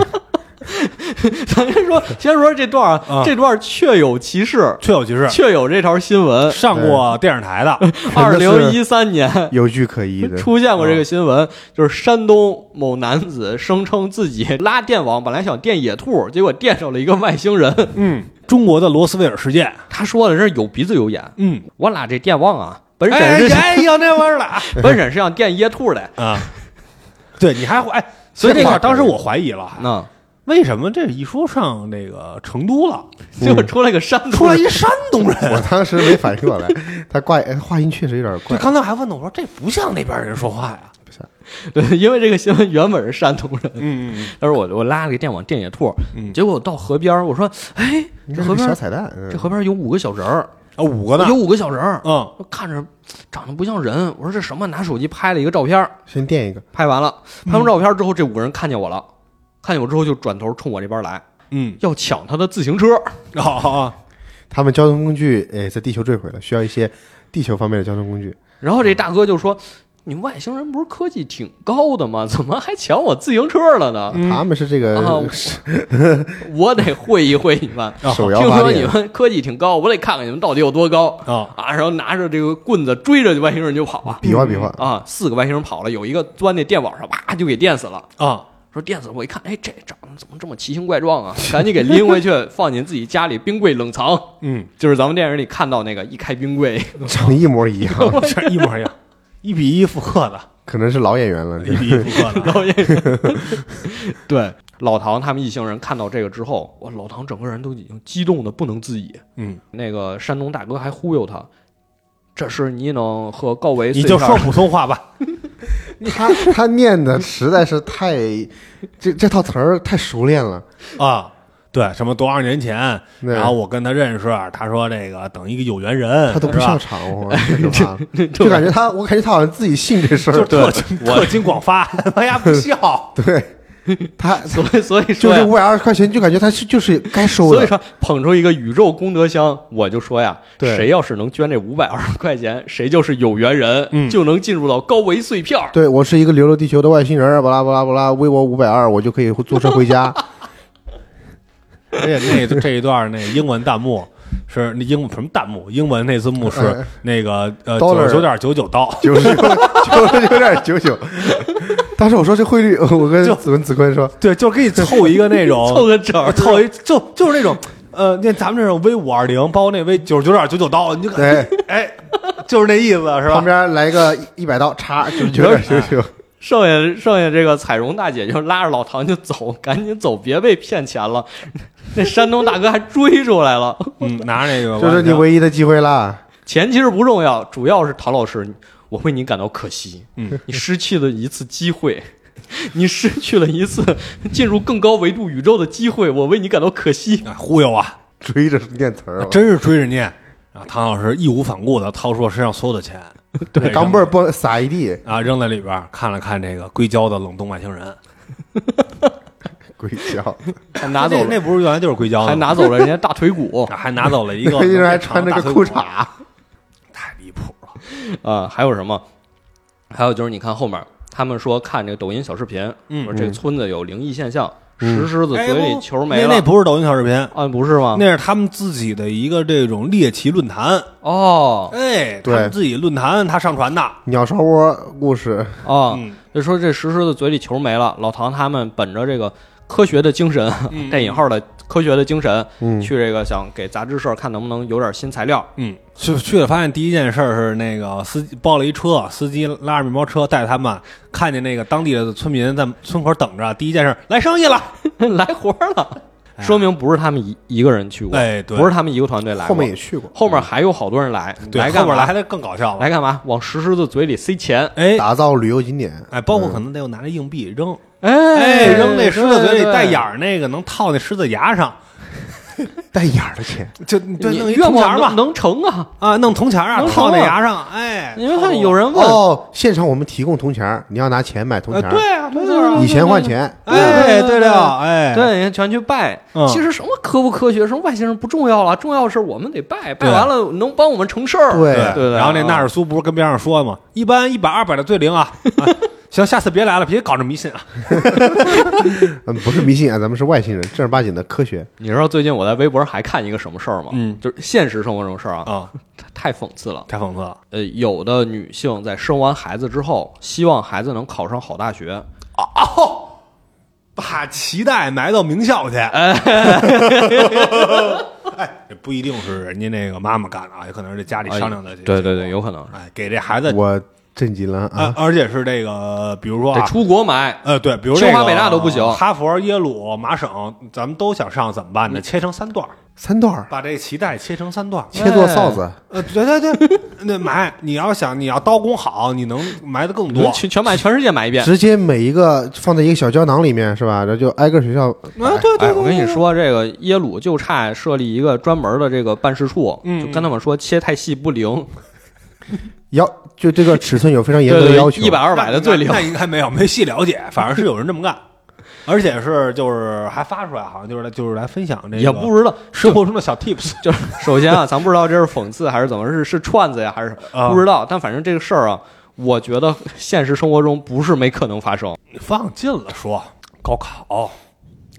咱先说， 先说这段儿啊这段儿确有其事，确有其事，确有这条新闻。上过电视台的，二真的零是一三年有据可依 的。出现过这个新啊闻，就是山东某男子声称自己拉电网，本来想电野兔，结果电上了一个外星人。嗯，中国的罗斯威尔事件，他说的这是有鼻子有眼，嗯，我拉这电网啊，本哎身是、哎有那味儿了本身是 想电野兔的。啊， 对，你还怀，哎所以这块儿当时我怀疑了，那为什么这一说上那个成都了，结果出来个山东人， 出来一山东人？我当时没反应过来， 他怪哎话音确实有点对，怪。刚才还问呢，我说这不像那边人说话呀。 对，因为这个新闻原本是山东人，嗯嗯他说我我拉了个电网电野兔，嗯结果我到河边儿，我说哎，你这看河这边小儿彩蛋，嗯这河边儿有五个小人儿，啊，五个呢有。五个小人儿，嗯，看着长得不像人，我说这什么？拿手机拍了一个照片儿，先垫一个，拍完了，拍嗯完照片之后，这五个人看见我了，看见我之后就转头冲我这边来，嗯，要抢他的自行车。好好好，他们交通工具哎在地球坠毁了，需要一些地球方面的交通工具。然后这大哥就说：“你们外星人不是科技挺高的吗？怎么还抢我自行车了呢？他们是这个嗯啊我得会一会你们。”手啊听摇发说你电，们科技挺高，我得看看你们到底有多高啊！啊！然后拿着这个棍子追着外星人就跑啊比划比划，啊！四个外星人跑了，有一个钻那电网上，哇就给电死了。啊，说电死了，我一看，哎，这长得怎么这么奇形怪状啊？赶紧给拎回去，放进自己家里冰柜冷藏。 嗯，就是咱们电影里看到那个一开冰柜，长得一模一样， 这一模一样，一比一复刻的，可能是老演员哎了。一比一复刻的。 然后也对 老唐他们一行人看到这个之后，哇，老唐整个人都已经激动的不能自已。嗯，那个山东大哥还忽悠他，这是你能和高维你就岁说数普通话吧。他他念的实在是太这这套词儿太熟练了。啊，对，什么多少年前，对然后我跟他认识，他说这个等一个有缘人， 他都不是吧上场，我太可怕了这就感觉他，我感觉他好像自己信这事就儿是，特经特经广发， 他丫不笑。对，他 所以所以就说这呀，五百二十块钱，就感觉他是就是该收所以的，说捧出一个宇宙功德箱，我就说呀，对谁要是能捐这五百二十块钱，谁就是有缘人，嗯就能进入到高维碎片儿。对我是一个流落地球的外星人儿，巴拉巴拉巴拉，微博五百二，我就可以坐车回家。而且那这一段那英文弹幕是那英文什么弹幕？英文那字幕是那个呃九 Dollar 九点九九刀，九十九十九点九 九。当时我说这汇率，我跟就子文子坤说，对，就给你凑一个那种 凑个整儿呃凑一就就是那种呃，那咱们这种 V 五二零，包括那 V 九十九点九九刀，你就感对，哎，就是那意思是旁吧？边来个一百刀，叉九十九点九九。剩下剩下这个彩荣大姐就拉着老唐就走， 赶紧走，别被骗钱了。 那山东大哥还追出来了。 嗯，拿着那个这是你唯一的机会啦！钱其实不重要，主要是唐老师，我为你感到可惜。嗯，你失去了一次机会， 你失去了一次进入更高维度宇宙的机会，我为你感到可惜。哎忽悠啊，追着念词儿，啊真是追着念。啊，唐老师义无反顾的掏出了身上所有的钱，对钢镚儿不撒一地，啊扔在里边儿，看了看这个硅胶的冷冻外星人，鬼叫！还拿走那了，那不是原来就是硅胶的吗，啊还拿走了人家大腿 骨还拿走了一个，那人还穿着个裤，衩，太离谱了。啊、还有什么？还有就是你看后面，他们说看这个抖音小视频，嗯说这个村子有灵异现象，嗯石狮子哎嘴里不球没了。那那不是抖音小视频，啊，不是吗？那是他们自己的一个这种猎奇论坛，哦哎，他对们自己论坛他上传的，鸟巢窝故事，哦，嗯就说这石狮子嘴里球没了，老唐他们本着这个科学的精神，嗯带引号的科学的精神，嗯去这个想给杂志社看能不能有点新材 料。嗯，去去了发现第一件事儿是那个司机包了一车，司机拉着面包车带他们，看见那个当地的村民在村口等着，第一件事儿来生意了，来活儿了，哎说明不是他们一一个人去过，哎，对，不是他们一个团队来后过，面也去过，后面还有好多人来，对，干后嘛边来的更搞笑了，来干嘛？往石狮子嘴里塞钱，哎打造旅游景点，哎，包括可能得有拿着硬币扔，哎扔那狮子嘴里带眼儿，儿那个能套那狮子牙上，带眼儿的钱，就对你弄一愿铜钱望儿能吧，能成啊！啊，弄铜钱儿啊，能套在成啊牙上，哎，因为套看有人问，哦，现场我们提供铜钱儿，你要拿钱买铜呃钱儿，对啊，没错啊以钱换钱，哎，对了，哎，对，人家全去拜。嗯其实什么科不科学，什么外星人不重要了，重要的是我们得拜，拜对完了能帮我们成事儿。对啊对对。然后那纳是尔苏不是跟边上说嘛，一般一百二百的最灵啊，啊行，下次别来了，别搞这迷信啊！嗯，不是迷信啊，咱们是外星人，正儿八经的科学。你知道最近我在微博上还看一个什么事儿吗？嗯就是现实生活中的事儿啊，啊，太讽刺了。太讽刺了呃，有的女性在生完孩子之后，希望孩子能考上好大学，哦，把脐带埋到名校去，哎，这不一定是人家那个妈妈干的啊，有可能是这家里商量的哎这。对对对，有可能哎，给这孩子，我震惊了呃啊！，而且是这个，比如说得啊，出国买。呃，对，比如清华这个北大都不行哈佛、耶鲁、麻省，咱们都想上，怎么办呢？切成三段儿，三段儿把这脐带切成三段儿。切做臊子，呃，对对对，那埋，你要想你要刀工好，你能埋的更你多们。全全买全世界买一遍。直接每一个放在一个小胶囊里面是吧？然后就挨个学校啊，对哎，对，我跟你说，这个耶鲁就差设立一个专门的这个办事处，嗯就跟他们说切太细不灵，要就这个尺寸有非常严格 对的对要求。一百二百的最灵 那。那应该没有，没细了解，反正是有人这么干，而且是就是还发出来，好像就是来就是来分享这个也不知道，生活中的小 tips 就是首先啊，咱不知道这是讽刺还是怎么，是是串子呀，还是什啊么，不知道。但反正这个事儿啊，我觉得现实生活中不是没可能发生放近了说，高考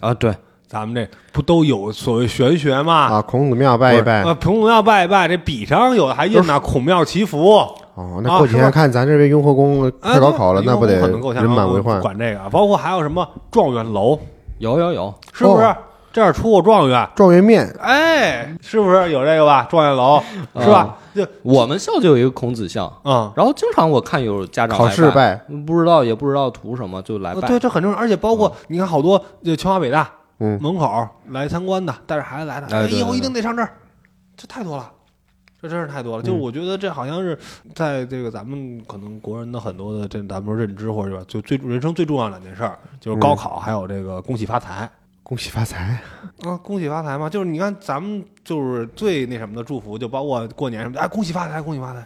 啊。对，咱们这不都有所谓玄学吗？啊，孔子庙拜一拜啊，孔子庙拜一拜，这笔上有的还印呢，孔庙祈福。哦，那过几天啊看咱这边雍和宫快高考了，那不得可能够呛人满为不患？管这个，包括还有什么状元楼，有有有，是不是哦？这儿出过状元，状元面哎，是不是有这个吧？状元楼嗯是吧？就我们校就有一个孔子像，嗯，然后经常我看有家长考试拜，拜，不知道也不知道图什么就来呃拜。嗯对，这很正常。而且包括你看，好多就清华北大，嗯门口来参观的，带着孩子来的，哎哎，对以后对嗯一定得上这儿，这太多了。这真是太多了，就是我觉得这好像是在这个咱们可能国人的很多的这咱们说认知或者吧，就最人生最重要的两件事儿，嗯就是高考还有这个恭喜发财恭喜发财。嗯啊，恭喜发财嘛，就是你看咱们就是最那什么的祝福，就包括过年什么的，哎，恭喜发财，恭喜发财，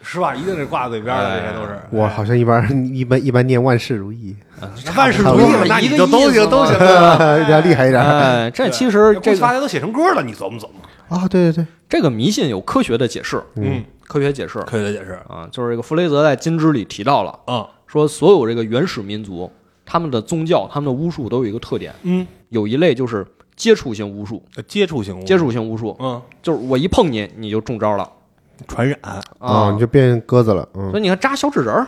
是吧？一定是挂在嘴边的，这些都是。我哎好像一般一般一般念万事如意， 万事如意了，那你就都行都行了。 要厉害一点啊！哎，这其实恭这喜发个财都写成歌了，你琢磨琢磨。对对对，这个迷信有科学的解释，嗯，科学解释科学的解释。啊，就是这个弗雷泽在《金枝》里提到了，嗯说所有这个原始民族，他们的宗教、他们的巫术都有一个特点，嗯，有一类就是接触性巫术，接触性接，触性巫术嗯，就是我一碰你你就中招了传染。啊，你就变鸽子了，嗯所以你看扎小纸人儿，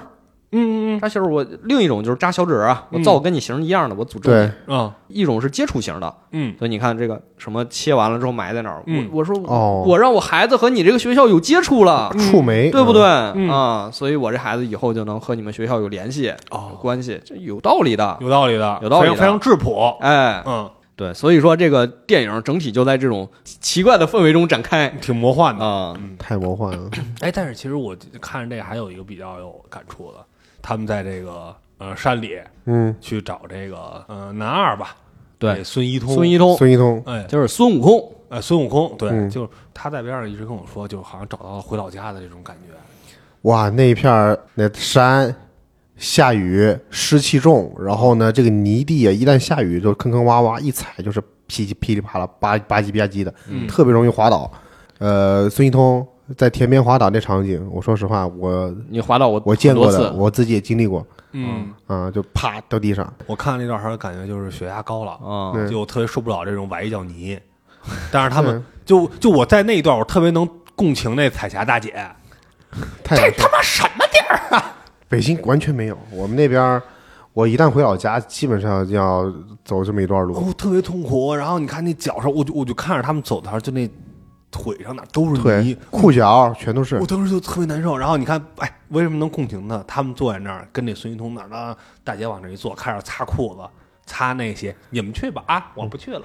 嗯嗯扎小纸我另一种就是扎小纸人儿啊，我嗯造跟你形儿一样的，我诅咒对你。嗯啊一种是接触型的，嗯所以你看这个什么切完了之后埋在哪儿，嗯我我说哦我让我孩子和你这个学校有接触了，触媒对不对嗯嗯啊？所以我这孩子以后就能和你们学校有联系、有哦，关系，这有道理的。有道理的，有道理的非常非常质朴。哎，嗯，对，所以说这个电影整体就在这种奇怪的氛围中展开挺魔幻的。啊。嗯太魔幻了。哎，但是其实我看着这个还有一个比较有感触的，他们在这个呃山里嗯，去找这个呃男二吧，对，孙一通，孙一通孙一通，哎就是孙悟空，呃孙悟空，对，嗯就是他在边上一直跟我说，就好像找到了回老家的这种感觉。哇，那一片儿那山下雨湿气重，然后呢，这个泥地啊，一旦下雨就坑坑洼洼，一踩就是噼叽噼里啪啦吧吧唧吧唧的，嗯特别容易滑倒。呃，孙一通在田边滑倒那场景，我说实话，我你滑到我我见过很的，多次我自己也经历过嗯，啊、就啪掉地上。我看那段时候感觉就是血压高了，啊，对就特别受不了这种崴一脚泥。但是他们嗯就就我在那一段，我特别能共情那彩霞大姐，太难受了妈什么地儿？北京完全没有，我们那边儿我一旦回老家，基本上要走这么一段路，我特别痛苦。然后你看那脚上，我就我就看着他们走的时候，就那腿上哪都是腿泥，、裤脚全都是我。当时就特别难受。然后你看，哎，为什么能共情呢？他们坐在那儿，跟那孙一通那儿，那大姐往这一坐，开始擦裤子。擦那些，你们去吧啊！我不去了，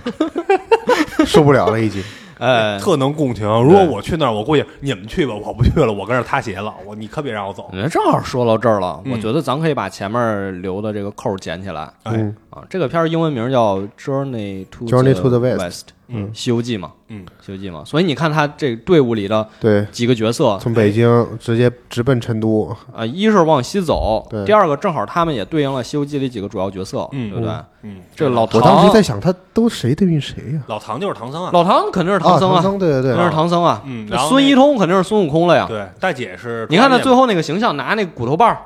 受不了了已经。嗯哎， 特能共情。如果对我去那儿，我估计你们去吧，我不去了，我跟这儿擦鞋了。我你可别让我走。你哎正好说到这儿了，嗯我觉得咱可以把前面留的这个扣儿捡起来哎，嗯啊。这个片儿英文名叫《Journey to Journey to the West West》，嗯， 《西游记》嘛，嗯， 《西游记》嘛。所以你看他这队伍里的 对，几个角色，从北京直接直奔成都，啊，一是往西走对，第二个正好他们也对应了《西游记》里几个主要角色，嗯对不对嗯？嗯，这老我唐，当时在想，他都谁对应谁呀、老唐就是唐僧啊。老唐肯定是唐僧啊，啊，唐僧，对肯对定对是唐僧啊。嗯那然后孙那一通肯定是孙悟空了呀。对，大姐是啊你看他最后后那个形象，拿那个骨头棒儿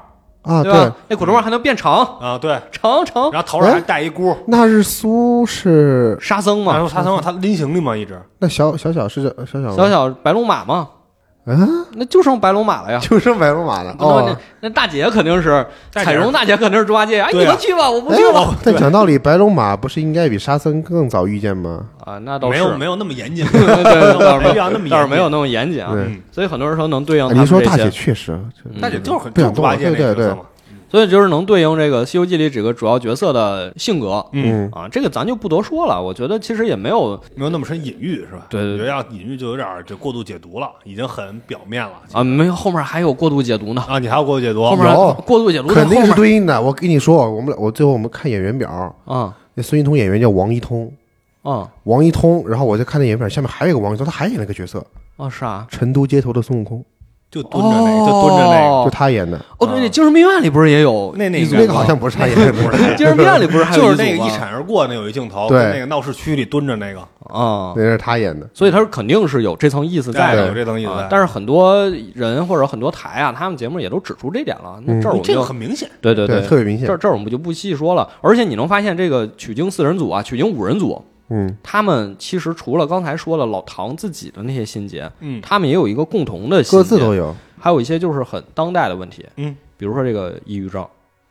啊，对吧？那古铜棒还能变长，啊，对，长长然后头上还哎带一箍，那日苏是沙僧然嘛，后他从他拎行李嘛，一直那小小小是叫小小吗小小白龙马嘛，嗯，那就剩白龙马了呀。就剩白龙马了那哦那。那大姐肯定是大姐彩蓉大姐肯定是猪八戒，哎，对你啊哦们去吧，我不去哎了但讲道理，白龙马不是应该比沙僧更早遇见吗？啊。那倒没是有没有那么严谨，对 对对，倒是没必要那么严谨倒是没有那么严谨啊。对嗯所以很多人说能对应啊他您们说这大姐些，确实，这嗯大姐就是很不想就是猪动八戒对那个对角色嘛，所以就是能对应这个《西游记》里几个主要角色的性格嗯，嗯，啊。这个咱就不多说了，我觉得其实也没有没有那么深隐喻是吧？对对我觉对得要隐喻就有点儿就过度解读了，已经很表面了啊，没有后面还有过度解读呢，啊！你还要过度解读？后面有过度解读在肯后面定是对应的。我跟你说，我们我最后我们看演员表，啊那孙一通演员叫王一通，啊王一通，然后我就看那演员表下面还有一个王一通，他还演了个角色，啊是啊，成都街头的孙悟空，就蹲着那个，就蹲着那个，哦就他演的。哦，对，那精神病院里不是也有那那一一组个那吗个好像不是他演 的，不是精神病院里不是还有就一是组那个吗一闪而过那有一镜头，对跟那个闹市区里蹲着那个，啊，那是他演的。所以他是肯定是有这层意思在对的有。这层意思啊在。但是很多人或者很多台啊，他们节目也都指出这点了。那嗯这儿我们这就个很明显，对对对，特别明显这。这儿我们就不细说了。而且你能发现，这个取经四人组啊，取经五人组，嗯，他们其实除了刚才说了老唐自己的那些心结，嗯他们也有一个共同的心结，各自都有。还有一些就是很当代的问题，嗯，比如说这个抑郁症，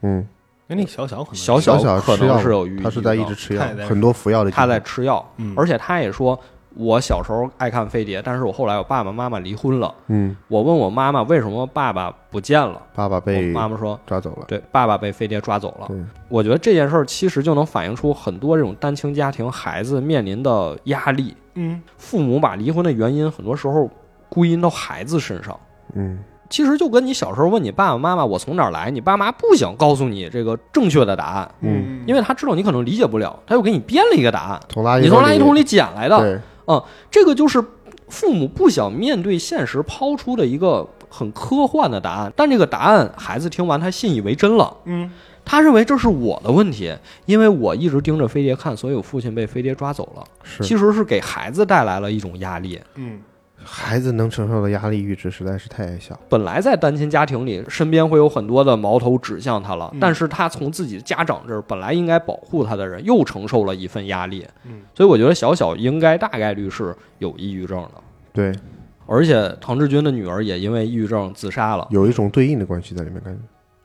嗯，哎，那个小小可能是小小可吃能药是有抑郁症，他是在一直吃药他也，在很多服药的。他在，吃药，嗯而且他也说，我小时候爱看飞碟，但是我后来我爸爸妈妈离婚了，嗯，我问我妈妈为什么爸爸不见了，爸爸我被妈妈说，抓走了。对，爸爸被飞碟抓走了对。我觉得这件事儿其实就能反映出很多这种单亲家庭孩子面临的压力，嗯，父母把离婚的原因很多时候归因到孩子身上。嗯，其实就跟你小时候问你爸爸妈妈我从哪儿来，你爸妈不想告诉你这个正确的答案，嗯因为他知道你可能理解不了，他又给你编了一个答案，从垃圾你从垃圾桶里里捡来的。对，这个就是父母不想面对现实抛出的一个很科幻的答案，但这个答案孩子听完他信以为真了，嗯，他认为这是我的问题，因为我一直盯着飞碟看，所以我父亲被飞碟抓走了。是其实是给孩子带来了一种压力。嗯孩子能承受的压力阈值实在是太小。本来在单亲家庭里，身边会有很多的矛头指向他了嗯，但是他从自己的家长这儿本来应该保护他的人，又承受了一份压力。嗯，所以我觉得小小应该大概率是有抑郁症的，对，而且唐志军的女儿也因为抑郁症自杀了。有一种对应的关系在里面，感觉。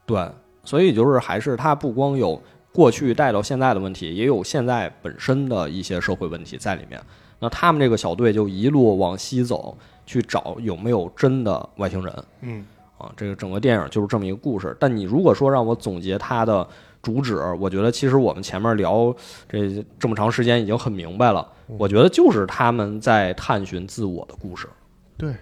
对，所以就是还是他不光有过去带到现在的问题，也有现在本身的一些社会问题在里面。那他们这个小队就一路往西走，去找有没有真的外星人嗯啊！这个整个电影就是这么一个故事。但你如果说让我总结它的主旨，我觉得其实我们前面聊这这么长时间已经很明白了。我觉得就是他们在探寻自我的故事，对，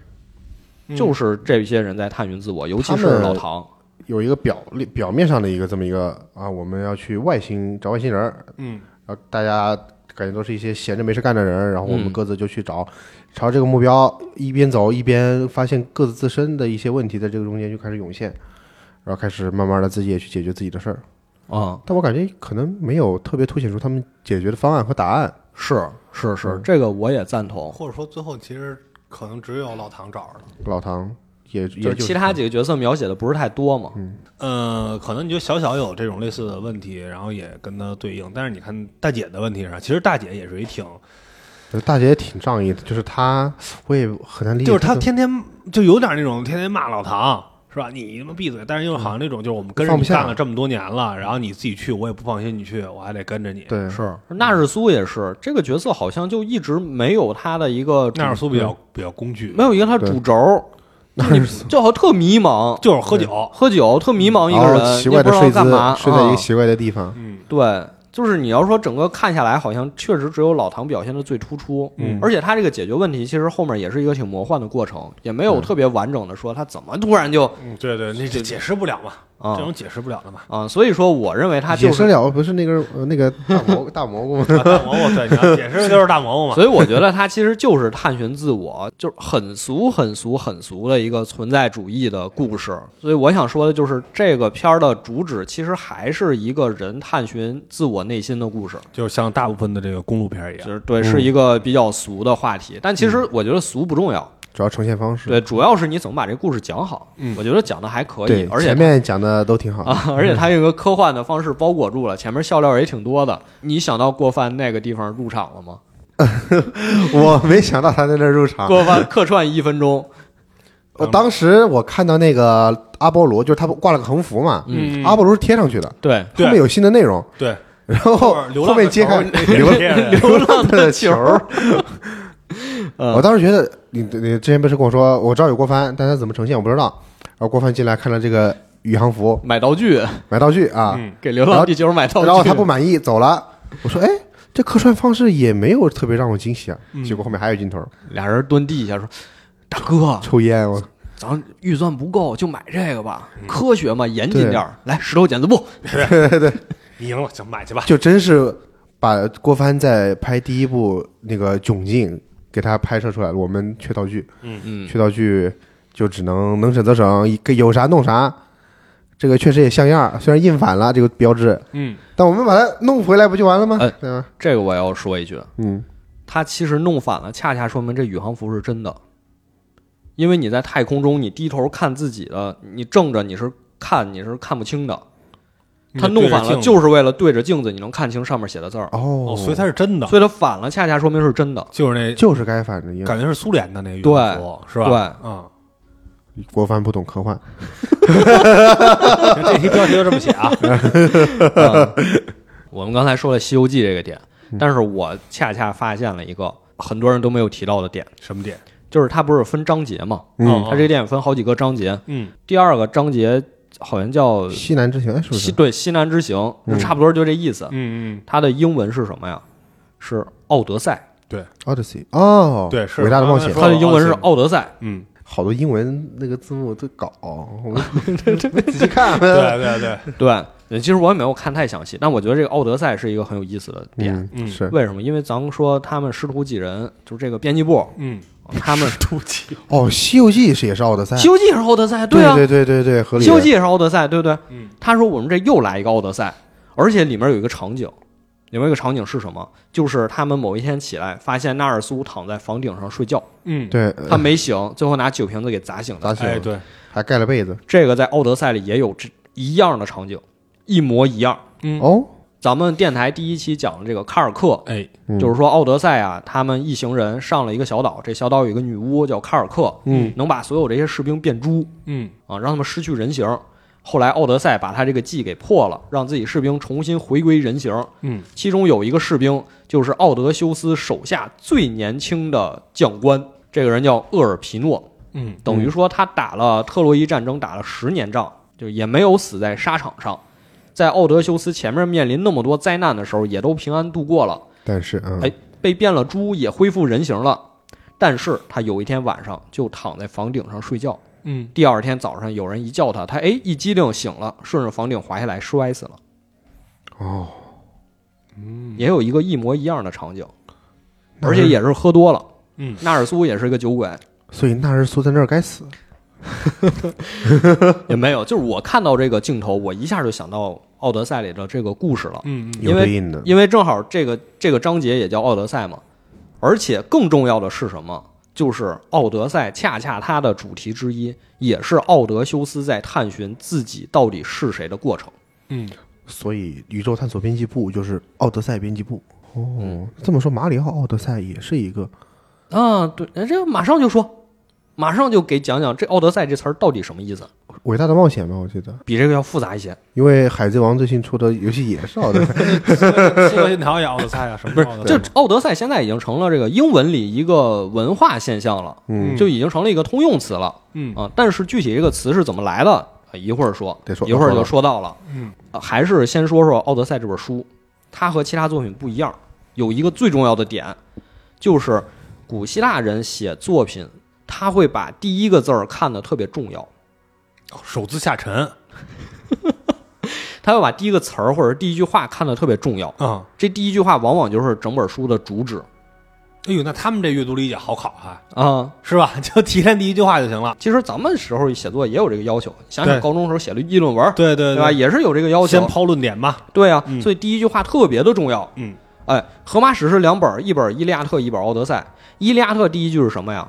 嗯就是这些人在探寻自我，尤其是他们老唐。有一个表表面上的一个这么一个啊，我们要去外星找外星人儿，嗯然后大家感觉都是一些闲着没事干的人，然后我们嗯各自就去找，朝这个目标一边走一边发现各自自身的一些问题，在这个中间就开始涌现，然后开始慢慢的自己也去解决自己的事儿。啊、但我感觉可能没有特别凸显出他们解决的方案和答案。是是是，这个我也赞同。或者说最后其实可能只有老唐找着了。老唐也也就是嗯就其他几个角色描写的不是太多嘛，呃，可能你觉得小小有这种类似的问题，然后也跟他对应。但是你看大姐的问题上，其实大姐也是一挺，大姐也挺仗义的，就是她我也很难理解，就是她这个天天就有点那种天天骂老唐，是吧？你他妈闭嘴！但是又好像那种就是我们跟着放不你干下了这么多年了，然后你自己去，我也不放心你去，我还得跟着你。，对是嗯纳日苏也是这个角色，好像就一直没有他的一嗯个主纳尔苏比较比较工具，没有一个他的主轴，那是就好像特迷茫，就是喝酒。喝酒特迷茫一个然后人，哦奇怪的也不睡知道姿干嘛，睡在一啊个奇怪的地方，嗯对。就是你要说整个看下来，好像确实只有老唐表现的最突出，嗯而且他这个解决问题，其实后面也是一个挺魔幻的过程，也没有特别完整的说他怎么突然就嗯，对对，那这解释不了嘛，啊这种解释不了的嘛。啊，所以说我认为他就解释是，了不是那个呃那个大蘑大蘑菇吗？啊大蘑菇，对，你要解 释就是大蘑菇嘛。所以我觉得他其实就是探寻自我，就是很俗、很俗、很俗的一个存在主义的故事。所以我想说的就是，这个片儿的主旨其实还是一个人探寻自我内心的故事。就是像大部分的这个公路片一就样，是对，是一个比较俗的话题，但其实我觉得俗不重要。主要呈现方式。对，主要是你怎么把这故事讲好，嗯我觉得讲的还可以对，，而且前面讲的都挺好的。啊， 而且它有一个科幻的方式包裹住了，前面笑料也挺多的。你想到郭帆那个地方入场了吗？我没想到他在那儿入场。郭帆客串一分 钟，我当时我看到那个阿波罗，就是他不挂了个横幅嘛，嗯阿波罗是贴上去的，对，后面有新的内容，对，然后后面流浪的后面揭开球流贴着流浪的球球。嗯我当时觉得你你之前不是跟我说我知道有郭帆，但他怎么呈现我不知道。然后郭帆进来看了这个宇航服，买道具买道具啊，嗯给《流浪地球》买道具，然后他不满意走了。我说哎，这客串方式也没有特别让我惊喜啊。结果后面还有镜头俩人蹲地下说：“大哥，抽烟，啊我咱预算不够，就买这个吧，嗯科学嘛，严谨点儿。来，石头剪子布，你赢了，行，买去吧。就真是把郭帆在拍第一部那个窘境给他拍摄出来了。我们缺道具，嗯，缺道具就只能能省则省，一个有啥弄啥。这个确实也像样儿，虽然印反了这个标志，嗯，但我们把它弄回来不就完了吗？哎对吧？这个我要说一句，嗯，他其实弄反了，恰恰说明这宇航服是真的，因为你在太空中，你低头看自己的，你正着你是看你是看不清的，嗯他弄反了就是是为了对着镜子你能看清上面写的字儿，哦哦，所以它是真的，所以他反了，恰恰说明是真的。就是那就是该反着感应。觉是苏联的那个对运输是吧？对嗯，郭帆不懂科幻，行这题标题就这么 写啊。我们刚才说了《西游记》这个点，但是我恰恰发现了一个很多人都没有提到的点，什么点？就是它不是分章节嘛，嗯嗯，它这个电影分好几个章节，嗯第二个章节好像叫西南之行哎是不西是？对西南之行，就嗯差不多就这意思。嗯它的英文是什么呀？是《奥德赛 Odyssey 哦，对是伟大的冒险刚》，，它的英文是《奥德赛嗯，好多英文那个字幕都搞，我 没仔细看。嗯对啊对对，》。 对，其实我也没有看太详细，但我觉得这个《奥德赛》是一个很有意思的点。嗯，是为什么？因为咱们说他们师徒几人，就是这个编辑 部， 嗯，他们《突起，哦，《西游记》是也是奥德赛，西游记》也是《奥德赛》，对啊，对对对对，合《理。西游记》也是《奥德赛》，对不对？嗯，他说我们这又来一个《奥德赛》，而且里面有一个场景，里面有一个场景是什么？就是他们某一天起来，发现纳尔苏躺在房顶上睡觉。嗯，对，他没醒，最后拿酒瓶子给砸醒砸的。醒哎了，对，还盖了被子。这个在《奥德赛》里也有这一样的场景，一模一样。嗯哦，咱们电台第一期讲的这个卡尔克，哎，嗯就是说奥德赛啊，他们一行人上了一个小岛，这小岛有一个女巫叫卡尔克，嗯，能把所有这些士兵变猪嗯啊，让他们失去人形。后来奥德赛把他这个计给破了，让自己士兵重新回归人形。嗯，其中有一个士兵就是奥德修斯手下最年轻的将官，这个人叫厄尔皮诺。嗯等于说他打了特洛伊战争打了十年仗，就也没有死在沙场上，在奥德修斯前面面临那么多灾难的时候，也都平安度过了，但是啊，哎被变了猪，也恢复人形了。但是他有一天晚上就躺在房顶上睡觉，嗯，第二天早上有人一叫他，他哎一激灵醒了，顺着房顶滑下来摔死了。哦，也有一个一模一样的场景，而且也是喝多了。嗯，纳尔苏也是一个酒鬼，所以纳日苏在那儿该死。也没有。就是我看到这个镜头，我一下就想到《奥德赛》里的这个故事了。嗯嗯因有为对应的，因为正好这个这个章节也叫《奥德赛》嘛，而且更重要的是什么？就是《奥德赛》恰恰它的主题之一，也是奥德修斯在探寻自己到底是谁的过程。 嗯，所以宇宙探索编辑部就是奥德赛编辑部。嗯哦，这么说，马里奥奥德赛也是一个啊，对，哎这马上就说，马上就给讲讲这“奥德赛”这词儿到底什么意思，伟大的冒险吧？我记得，比这个要复杂一些。因为海贼王最新出的游戏也是奥 德赛。苏格信条也奥德赛啊，什么不是奥德，赛就“奥德赛”现在已经成了这个英文里一个文化现象了，嗯，就已经成了一个通用词了。嗯啊，但是具体这个词是怎么来的，啊一会儿说，得说一会儿就说到了。嗯啊，还是先说说《奥德赛》这本书，它和其他作品不一样，有一个最重要的点，就是古希腊人写作品，他会把第一个字儿看得特别重要，首字下沉他会把第一个词儿或者第一句话看得特别重要。啊。这第一句话往往就是整本书的主旨哎呦，那他们这阅读理解好考哈，啊。是吧？ 就提炼第一句话就行了。其实咱们时候写作也有这个要求，想想对高中时候写的议论文儿，对对对吧？，也是有这个要求啊先。抛论点吧。对啊，嗯所以第一句话特别的重要。嗯，哎，《荷马史诗》两本儿，一本《伊利亚特》，一本《奥德赛》。《伊利亚特》第一句是什么呀？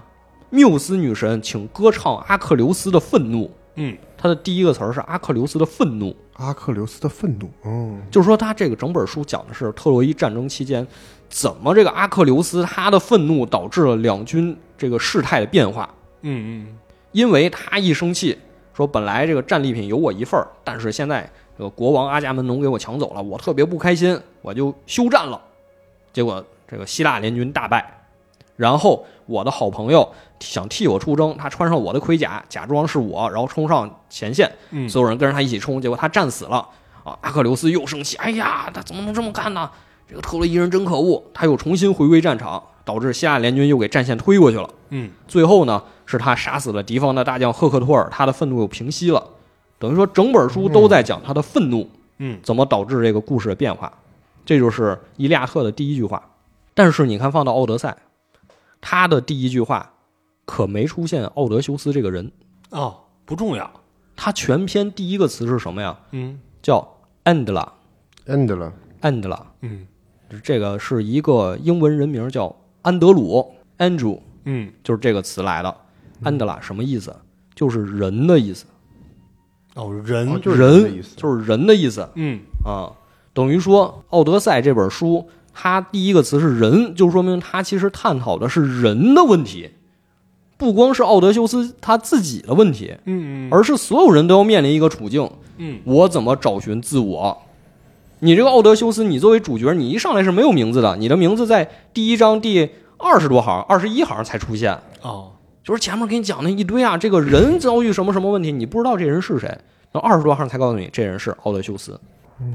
缪斯女神请歌唱阿克琉斯的愤怒。嗯，它的第一个词儿是阿克琉斯的愤怒，阿克琉斯的愤怒，嗯，就是说他这个整本书讲的是特洛伊战争期间，怎么这个阿克琉斯他的愤怒导致了两军这个事态的变化。嗯嗯，因为他一生气，说本来这个战利品有我一份儿，但是现在这个国王阿伽门农给我抢走了，我特别不开心，我就休战了。结果这个希腊联军大败，然后我的好朋友想替我出征，他穿上我的盔甲，假装是我，然后冲上前线，嗯所有人跟着他一起冲，结果他战死了。啊，阿克琉斯又生气，哎呀，他怎么能这么干呢？这个特洛伊人真可恶！他又重新回归战场，导致希腊联军又给战线推过去了。嗯最后呢，是他杀死了敌方的大将赫克托尔，他的愤怒又平息了。等于说，整本书都在讲他的愤怒，嗯，怎么导致这个故事的变化。这就是《伊利亚特》的第一句话。但是你看，放到《奥德赛》，他的第一句话可没出现奥德修斯这个人。哦，不重要。他全篇第一个词是什么呀？嗯叫 Andla，Andla。 end 了， Andla 嗯这个是一个英文人名叫安德鲁 （Andrew），嗯，就是这个词来的。嗯安德拉什么意思？就是人的意思，哦，人，哦就是人的人意思就是人的意思嗯啊。等于说，《奥德赛》这本书，它第一个词是“人”，就说明它其实探讨的是人的问题，不光是奥德修斯他自己的问题，嗯嗯而是所有人都要面临一个处境：嗯我怎么找寻自我？你这个奥德修斯，你作为主角，你一上来是没有名字的，你的名字在第一章第二十多行、二十一行才出现。哦，就是前面给你讲那一堆啊，这个人遭遇什么什么问题，你不知道这人是谁，然后二十多行才告诉你这人是奥德修斯，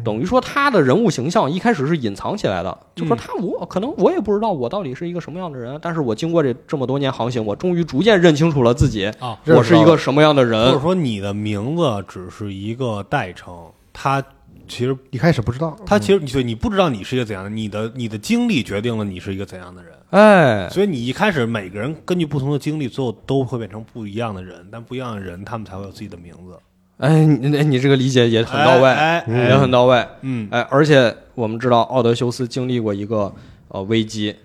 等于说他的人物形象一开始是隐藏起来的，就说他我可能我也不知道我到底是一个什么样的人，但是我经过这这么多年航行，我终于逐渐认清楚了自己，啊我是一认识到个什么样的或者人，说你的名字只是一个代称，它其实一开始不知道，它其实你对你不知道你是一个怎样的，你的你的经历决定了你是一个怎样的人，哎，所以你一开始每个人根据不同的经历，最后都会变成不一样的人，但不一样的人他们才会有自己的名字，哎，你你你这个理解也很到位，哎哎也很到位。嗯哎，而且我们知道奥德修斯经历过一个呃危机，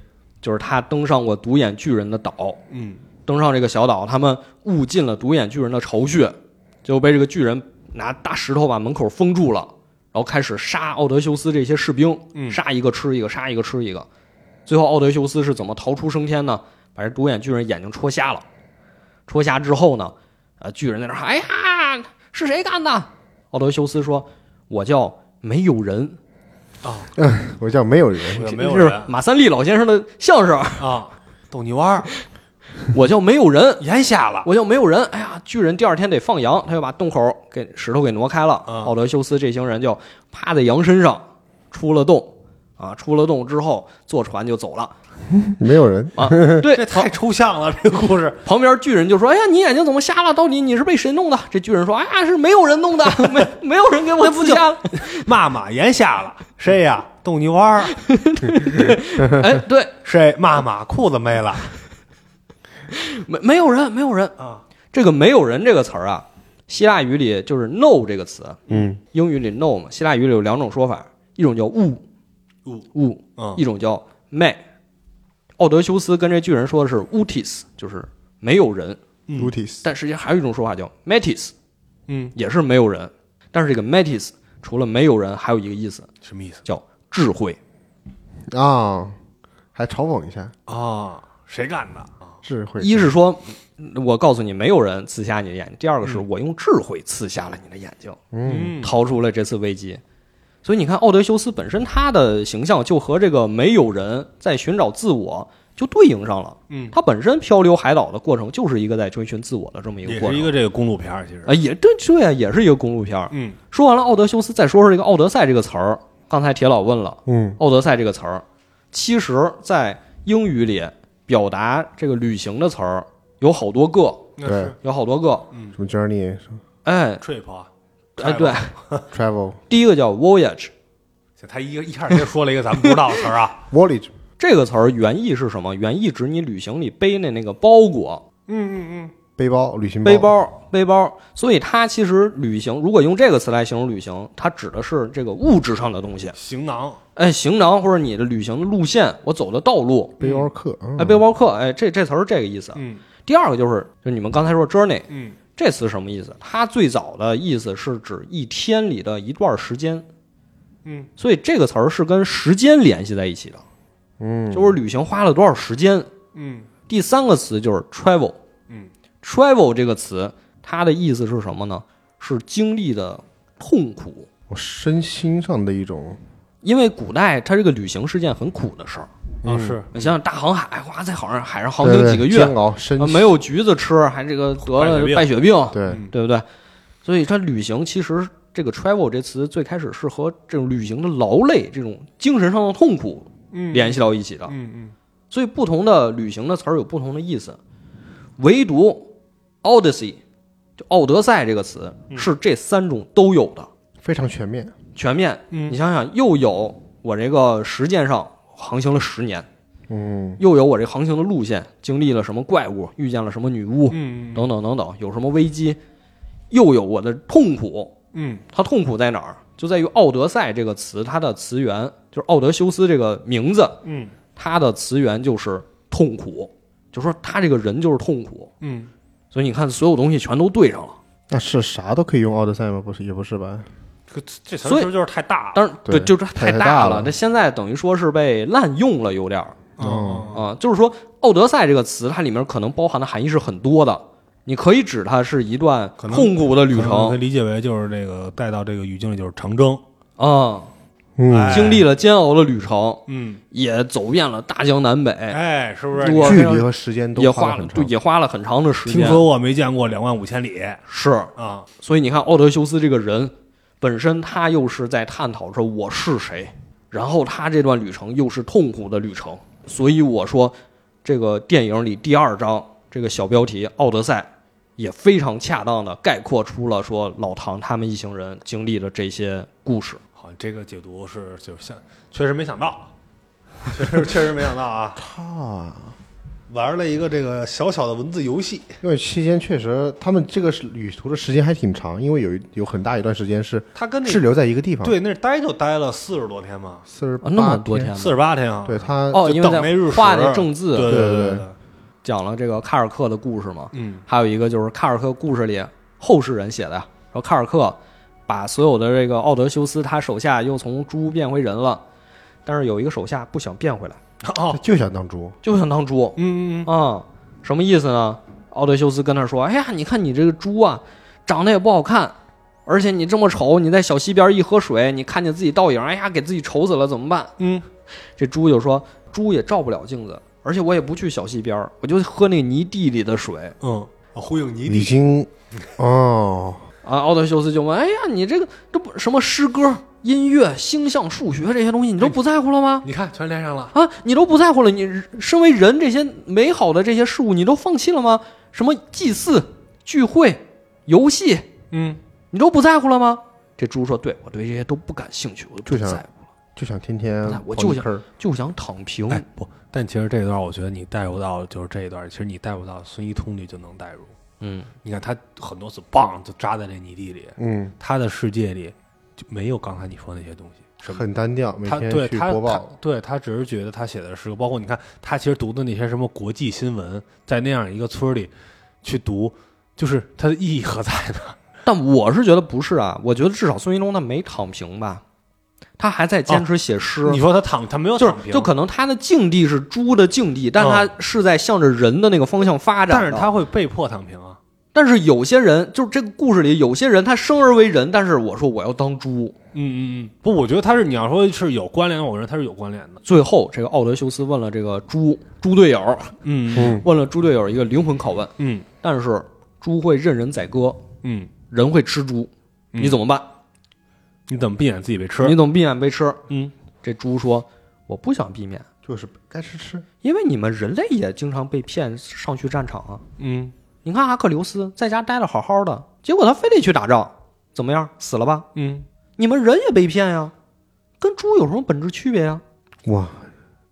就是他登上过独眼巨人的岛，嗯登上这个小岛，他们误进了独眼巨人的巢穴，就被这个巨人拿大石头把门口封住了，然后开始杀奥德修斯这些士兵，嗯杀一个吃一个，杀一个吃一个。最后奥德修斯是怎么逃出升天呢？把这独眼巨人眼睛戳瞎了，戳瞎之后呢，呃，巨人在那儿喊：“哎呀，是谁干的？”奥德修斯说：“我叫没有人。啊， 我叫没有人，我没有这人是马三立老先生的相声。啊，逗你玩儿，我叫没有人，眼瞎 了，我就没有人。哎呀，巨人第二天得放羊，他就把洞口给石头给挪开了。嗯奥德修斯这行人就趴在羊身上出了洞啊，出了洞之后坐船就走了没有人， 啊。这对，旁太抽象了，这个故事，旁边巨人就说：“哎呀，你眼睛怎么瞎了？到底你是被谁弄的？”这巨人说：“哎呀，是没有人弄的， 没没有人给我那不自就瞎了。 骂骂眼瞎了，谁呀？逗你玩儿，”哎，对，谁？骂骂裤子没了没没有人，没有人。啊，这个“没有人”这个词儿啊，希腊语里就是 “no” 这个词，啊嗯，英语里 “no” 嘛，希腊语里有两种说法，一种叫“物呜物”，嗯一种叫麦。奥德修斯跟这巨人说的是 utis，就是没有人，嗯 u t i s 但实际上还有一种说法叫 metis，嗯，也是没有人。但是这个 metis 除了没有人，还有一个意思什么意思叫智慧。啊，还嘲讽一下，啊？谁干的啊？智慧，一是说，嗯我告诉你没有人刺瞎你的眼睛；第二个是我用智慧刺瞎了你的眼睛，嗯逃出了这次危机。所以你看，奥德修斯本身他的形象就和这个没有人在寻找自我就对应上了。嗯，他本身漂流海岛的过程就是一个在追寻自我的这么一个也过是程一。个这个公路片儿，其实啊，，也对对啊，也是一个公路片儿。嗯说完了奥德修斯，再说说这个“奥德赛”这个词儿。刚才铁老问了，嗯， “奥德赛”这个词儿，其实在英语里表达这个旅行的词儿有好多个，那对是有好多个。嗯什么 journey 哎 trip 啊，哎，对， travel 第一个叫 voyage，他一个一开始就说了一个咱们不知道的词儿啊， village，这个词儿原意是什么？原意指你旅行里背的那个包裹，嗯嗯背包，旅行背，包，背包。所以它其实旅行，如果用这个词来形容旅行，它指的是这个物质上的东西嗯，。 行囊，哎，行囊或者你的旅行的路线，我走的道路，背包客，嗯哎，背包客，哎，这这词儿是这个意思。嗯第二个就是，就你们刚才说 journey 嗯这词什么意思？它最早的意思是指一天里的一段时间，嗯，所以这个词儿是跟时间联系在一起的，嗯，就是旅行花了多少时间。嗯第三个词就是 travel，嗯，travel 这个词它的意思是什么呢？是经历的痛苦，我身心上的一种，因为古代它这个旅行是件很苦的事儿。啊是你想想大航海，哇，在海上海上航对行对几个月，煎熬身啊没有橘子吃，还这个得败血了病败血病，对，嗯对不对？所以它旅行其实这个 travel 这词最开始是和这种旅行的劳累、这种精神上的痛苦嗯联系到一起的。嗯嗯所以不同的旅行的词儿有不同的意思，唯独 odyssey 就奥德赛这个词嗯是这三种都有的，非常全面。全面。嗯你想想，又有我这个实践上航行了十年，嗯，又有我这航行的路线经历了什么怪物，遇见了什么女巫，嗯等等等等，有什么危机，又有我的痛苦，嗯它痛苦在哪儿？就在于“奥德赛”这个词，它的词源就是奥德修斯这个名字，嗯它的词源就是痛苦，就说他这个人就是痛苦。嗯所以你看，所有东西全都对上了。那是啥都可以用奥德赛吗？不是，也不是吧？这这词儿所以是不是就是太大了？当然，对就是太太大了。了这现在等于说是被滥用了，有点儿哦啊、就是说，“奥德赛”这个词，它里面可能包含的含义是很多的。你可以指它是一段可能痛苦的旅嗯可能可以程理解为就是这个带到这个语境里就是长征，啊、嗯，哎经历了煎熬的旅程，嗯，也走遍了大江南北，哎，是不是？多我距离和时间也都花了了对也花了很长的时间。听说过没见过两万五千里是，啊？所以你看奥德修斯这个人本身，他又是在探讨说我是谁，然后他这段旅程又是痛苦的旅程，所以我说这个电影里第二章这个小标题《奥德赛》也非常恰当的概括出了说老唐他们一行人经历的这些故事。好，这个解读是就是像，确实没想到， 确实确实没想到啊！啊， 玩了一个这个小小的文字游戏，因为期间确实他们这个是旅途的时间还挺长，因为有一有很大一段时间是他跟那滞留在一个地方，对那儿待就待了四十多天嘛，四十啊，那么多，天呢？四十八天啊。对他哦，就因为等那日在食啊画那正字对对对对，讲了这个卡尔克的故事嘛，嗯还有一个就是卡尔克故事里后世人写的，然后卡尔克把所有的这个奥德修斯他手下又从猪变回人了，但是有一个手下不想变回来，哦他，就想当猪，就想当猪嗯嗯嗯，啊、什么意思呢？奥德修斯跟他说：“哎呀，你看你这个猪啊，长得也不好看，而且你这么丑，你在小溪边一喝水，你看见自己倒影，哎呀，给自己丑死了，怎么办？”嗯，这猪就说：“猪也照不了镜子，而且我也不去小溪边儿，我就喝那泥地里的水。”嗯，啊呼应泥已地， 经哦，啊，奥德修斯就问：“哎呀，你这个这不什么诗歌、音乐、星象、数学这些东西，你都不在乎了吗？你看全连上了，啊，你都不在乎了？你身为人这些美好的这些事物，你都放弃了吗？什么祭祀、聚会、游戏，嗯，你都不在乎了吗？”这猪说：“对我对这些都不感兴趣，我都不就在想乎，就想天天哎我刨就泥想坑儿就想躺平。哎不，但其实这一段我觉得你带入到就是这一段，其实你带入到孙一通里就能带入。嗯，你看他很多次棒就扎在这泥地里，嗯，他的世界里就没有刚才你说那些东西，什么很单调，每他天对去他播他报，对他只是觉得他写的诗歌，包括你看他其实读的那些什么国际新闻，在那样一个村儿里去读，就是它的意义何在呢？但我是觉得不是啊，我觉得至少孙一龙他没躺平吧，他还在坚持写诗。你说他躺，他没有啊就是躺平，就可能他的境地是猪的境地，但他是在向着人的那个方向发展的。但是他会被迫躺平啊。但是有些人，就是这个故事里有些人，他生而为人，但是我说我要当猪。嗯嗯嗯，不，我觉得他是你要说是有关联的，我认为他是有关联的。最后，这个奥德修斯问了这个猪猪队友，嗯嗯，问了猪队友一个灵魂拷问，嗯但是猪会任人宰割，嗯，人会吃猪，嗯你怎么办？你怎么避免自己被吃你？怎么避免被吃？嗯这猪说：“我不想避免，就是该吃吃，因为你们人类也经常被骗上去战场啊。嗯，你看阿克琉斯在家待了好好的，结果他非得去打仗，怎么样？死了吧？嗯，你们人也被骗呀，跟猪有什么本质区别呀？哇，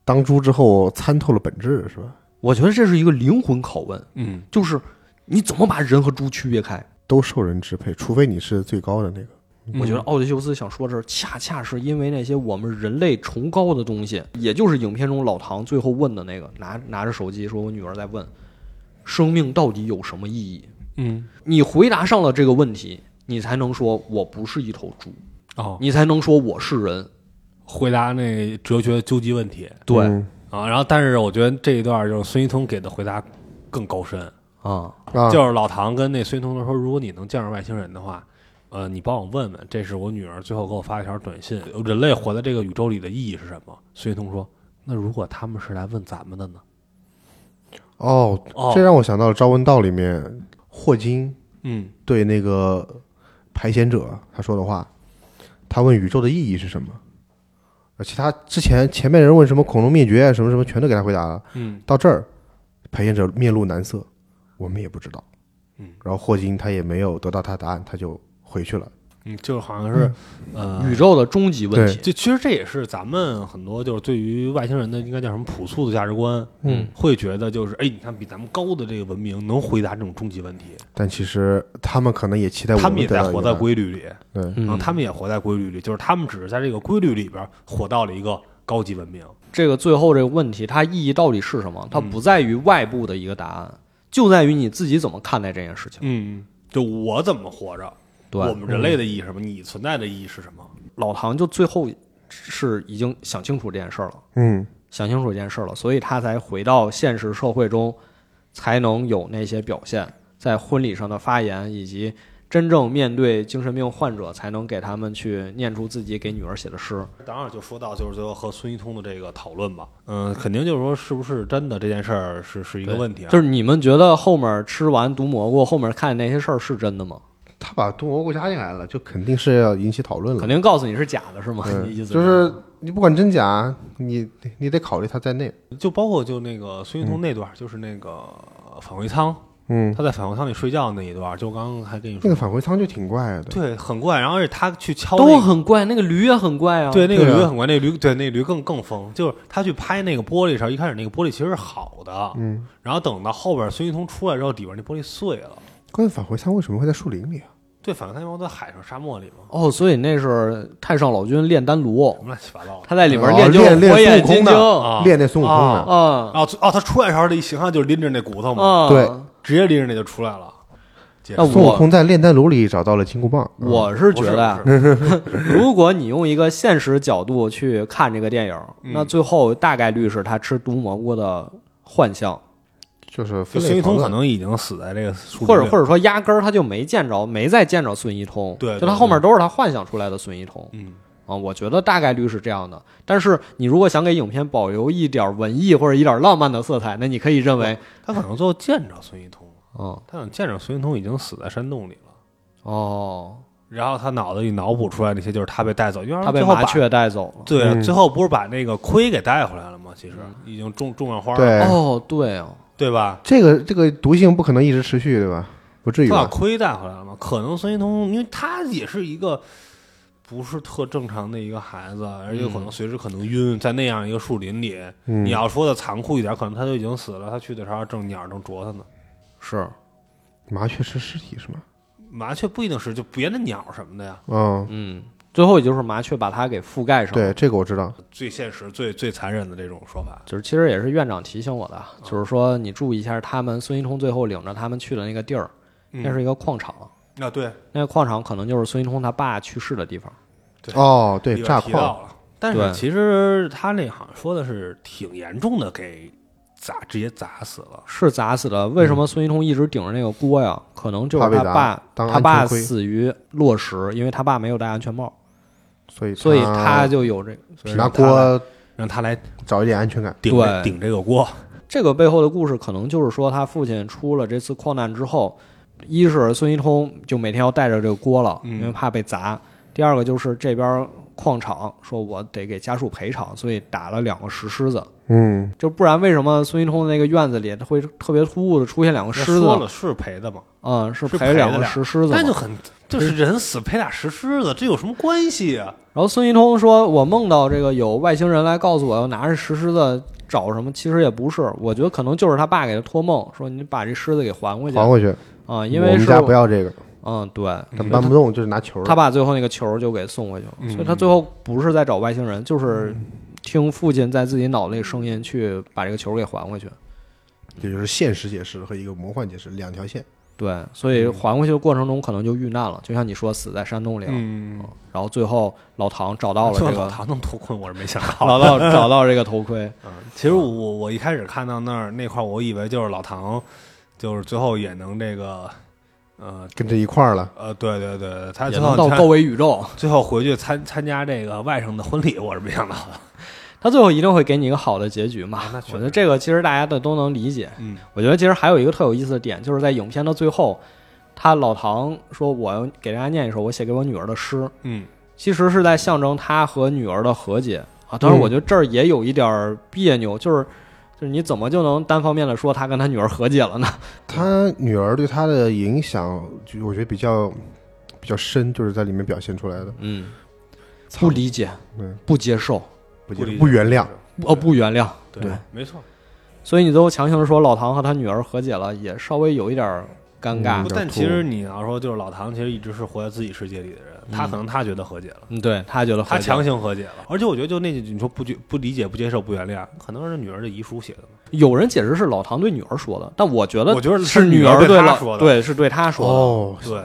当猪之后参透了本质是吧？我觉得这是一个灵魂拷问，嗯，就是你怎么把人和猪区别开？都受人支配，除非你是最高的那个。嗯我觉得奥德修斯想说这儿，恰恰是因为那些我们人类崇高的东西，也就是影片中老唐最后问的那个，拿拿着手机说：“我女儿在问，生命到底有什么意义？嗯，你回答上了这个问题，你才能说我不是一头猪，哦，你才能说我是人。回答那哲学究极问题对嗯啊。然后，但是我觉得这一段就是孙一通给的回答更高深，啊，啊，就是老唐跟那孙一通说，如果你能见着外星人的话，呃，你帮我问问，这是我女儿最后给我发的一条短信，人类活在这个宇宙里的意义是什么？孙一通说，那如果他们是来问咱们的呢？哦，哦这让我想到了《朝闻道》里面霍金嗯对那个排险者他说的话，他问宇宙的意义是什么，而且他之前前面人问什么恐龙灭绝啊什么什么，全都给他回答了。嗯到这儿，排险者面露难色，我们也不知道。嗯，然后霍金他也没有得到他答案，他就回去了。嗯，就是好像是，呃，嗯宇宙的终极问题。就其实这也是咱们很多就是对于外星人的应该叫什么朴素的价值观，嗯，会觉得就是哎，你看比咱们高的这个文明能回答这种终极问题，但其实他们可能也期哎待我他们也得在到活一在个答案规律里，对，然后嗯，他们也活在规律里，就是他们只是在这个规律里边活到了一个高级文明。这个最后这个问题，它意义到底是什么？它不在于外部的一个答案，就在于你自己怎么看待这件事情。嗯，就我怎么活着，对，嗯我们人类的意义是什么？你存在的意义是什么？老唐就最后是已经想清楚这件事儿了，嗯，想清楚这件事儿了，所以他才回到现实社会中，才能有那些表现，在婚礼上的发言，以及真正面对精神病患者，才能给他们去念出自己给女儿写的诗。当然，就说到就是最后和孙一通的这个讨论吧，嗯，肯定就是说是不是真的这件事儿是是一个对问题啊，就是你们觉得后面吃完毒蘑菇，后面看那些事儿是真的吗？他把中国国家进来了，就肯定是要引起讨论了肯。定告诉你是假的，嗯是吗？嗯你意思就是你不管真假，你你得考虑他在内。就包括就那个孙一嗯通那段儿，就是那个返回舱，嗯，他在返回舱里睡觉那一段儿，就我刚刚还跟你那说个，返回舱就挺怪的。对，很怪。然后而且他去敲那都个，很怪，那个驴也很怪啊。对，那个对啊驴很怪，那个驴对那个驴更更疯，就是他去拍那个玻璃的时候，一开始那个玻璃其实是好的，嗯，然后等到后边孙一通出来之后，里边那玻璃碎了。关键返回舱为什么会在树林里啊？对，反正他因为都在海上沙漠里嘛，哦，所以那是太上老君炼丹炉什，么乱七八糟的。他在里边哦嗯练就是练火眼练孙悟金睛空的啊啊练那孙悟空啊啊，啊然后哦，他出来的时候的一形象就是拎着那骨头嘛，啊！对直接拎着那就出来了。解那释孙悟空在炼丹炉里找到了金箍棒。嗯我是觉不是得啊不，是如果你用一个现实角度去看这个电影，那最后大概率是他吃毒蘑菇的幻象，就是就分孙类一通讨可论能已经死在这个树林或者里或者说压根儿他就没见着，没再见着孙一通，对对就他后面都是他幻想出来的孙一通嗯啊，我觉得大概率是这样的。但是你如果想给影片保留一点文艺或者一点浪漫的色彩，那你可以认为，他可能最后见着孙一通了，嗯，他想见着孙一通已经死在山洞里了，哦，然后他脑子里脑补出来那些就是他被带走，因为他被最后把麻雀带走了。对，嗯最后不是把那个盔给带回来了吗？其实已经种种上花了，对哦，对哦，对吧？这个这个毒性不可能一直持续，对吧？不至于他把吧？盔带回来了吗？可能孙一通，因为他也是一个不是特正常的一个孩子，而且可能随时可能晕，在那样一个树林里，嗯你要说的残酷一点，可能他就已经死了。他去的时候正鸟正啄他呢，是麻雀吃尸体是吗？麻雀不一定是就别的鸟什么的呀。嗯，嗯，最后也就是麻雀把它给覆盖上。，对，这个我知道。最现实、最最残忍的这种说法，就是其实也是院长提醒我的，啊就是说你注意一下他们孙一通最后领着他们去的那个地儿，嗯那是一个矿场，啊，对，那个矿场可能就是孙一通他爸去世的地方。对哦，对，里边炸提矿，到了。但对是其实他那好像说的是挺严重的，给砸直接砸死了。是砸死的，为什么孙一通一直顶着那个锅呀？可能就是嗯怕被他砸爸，当他爸安全盔死于落石，因为他爸没有戴安全帽，所以所以他他就有这个。所以拿让他来锅让他来找一点安全感。顶对这顶这个锅。这个背后的故事，可能就是说他父亲出了这次矿难之后，一是孙一通就每天要带着这个锅了，嗯因为怕被砸；第二个就是这边矿场说我得给家属赔偿，所以打了两个石狮子。嗯，就不然为什么孙一通的那个院子里会特别突兀的出现两个狮说子？了是赔的嘛，嗯，是是赔了赔两了个俩石狮子嘛。那就很就是人死赔俩石狮子，这有什么关系啊？然后孙一通说：“我梦到这个有外星人来告诉我要拿着石狮子找什么，其实也不是，我觉得可能就是他爸给他托梦说你把这狮子给还回去还啊、回去。因我为们是家不要这个，嗯对，他们搬不动，就是拿球儿。他把最后那个球就给送回去了，嗯所以他最后不是在找外星人，就是听父亲在自己脑子里声音去把这个球给还回去。也就是现实解释和一个魔幻解释两条线。对，所以缓过去的过程中可能就遇难了，就像你说死在山洞里了，嗯，然后最后老唐找到了这这 个唐能脱困，我是没想 到。老到找到这个头盔，其实我我一开始看到那儿那块儿，我以为就是老唐，就是最后也能这个，呃跟这一块儿了，呃，对对对，他也最能后到参高维宇宙。最后回去参参加这个外甥的婚礼，我是没想到的。他最后一定会给你一个好的结局嘛？啊那确实我觉得这个其实大家的都能理解。嗯，我觉得其实还有一个特有意思的点，就是在影片的最后，他老唐说我要给大家念一首我写给我女儿的诗，嗯，其实是在象征他和女儿的和解啊。当然，嗯我觉得这儿也有一点儿别扭，就是就是你怎么就能单方面的说他跟他女儿和解了呢？他女儿对他的影响，就我觉得比较比较深，就是在里面表现出来的，嗯，不理解嗯，不接受，不理解不原谅，哦，不原谅，对，没错。所以你最后强行地说老唐和他女儿和解了，也稍微有一点儿尴尬嗯。但吐其实你要说，就是老唐其实一直是活在自己世界里的人，他可能他觉得和解了。嗯，对他觉得和他解强行和解了，而且我觉得就那句你说不觉不理解、不接受、不原谅，可能是女儿的遗书写的吧。有人解释是老唐对女儿说的，但我觉得我觉得是是女女儿儿对他老说的对是对他说的。哦，对，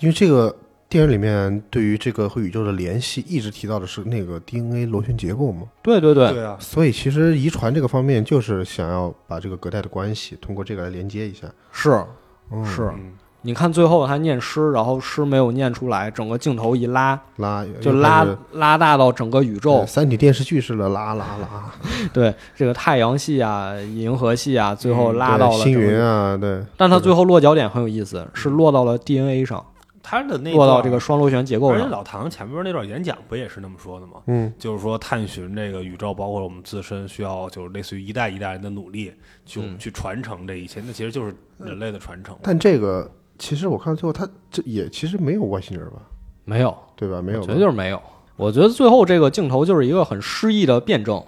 因为这个电影里面对于这个和宇宙的联系一直提到的是那个 DNA 螺旋结构嘛，对对对，啊，所以其实遗传这个方面就是想要把这个隔代的关系通过这个来连接一下。是嗯、是。嗯你看最后他念诗，然后诗没有念出来，整个镜头一拉，拉就又拉开始拉大到整个宇宙对。三体电视剧似的拉拉拉，对这个太阳系啊、银河系啊，最后嗯拉到对了星整个云。啊，对，但他最后落脚点很有意思，是落到了 DNA 上，他嗯的那落到段这个双螺旋结构而且上。老唐前面那段演讲不也是那么说的吗？嗯，就是说探寻这个宇宙，包括我们自身，需要就是类似于一代一代人的努力，去、嗯去传承这一切，那其实就是人类的传承。但这个其实我看到最后，他这也其实没有外星人吧，没有，对吧？没有我吧，觉得就是没有。我觉得最后这个镜头就是一个很诗意的辩证，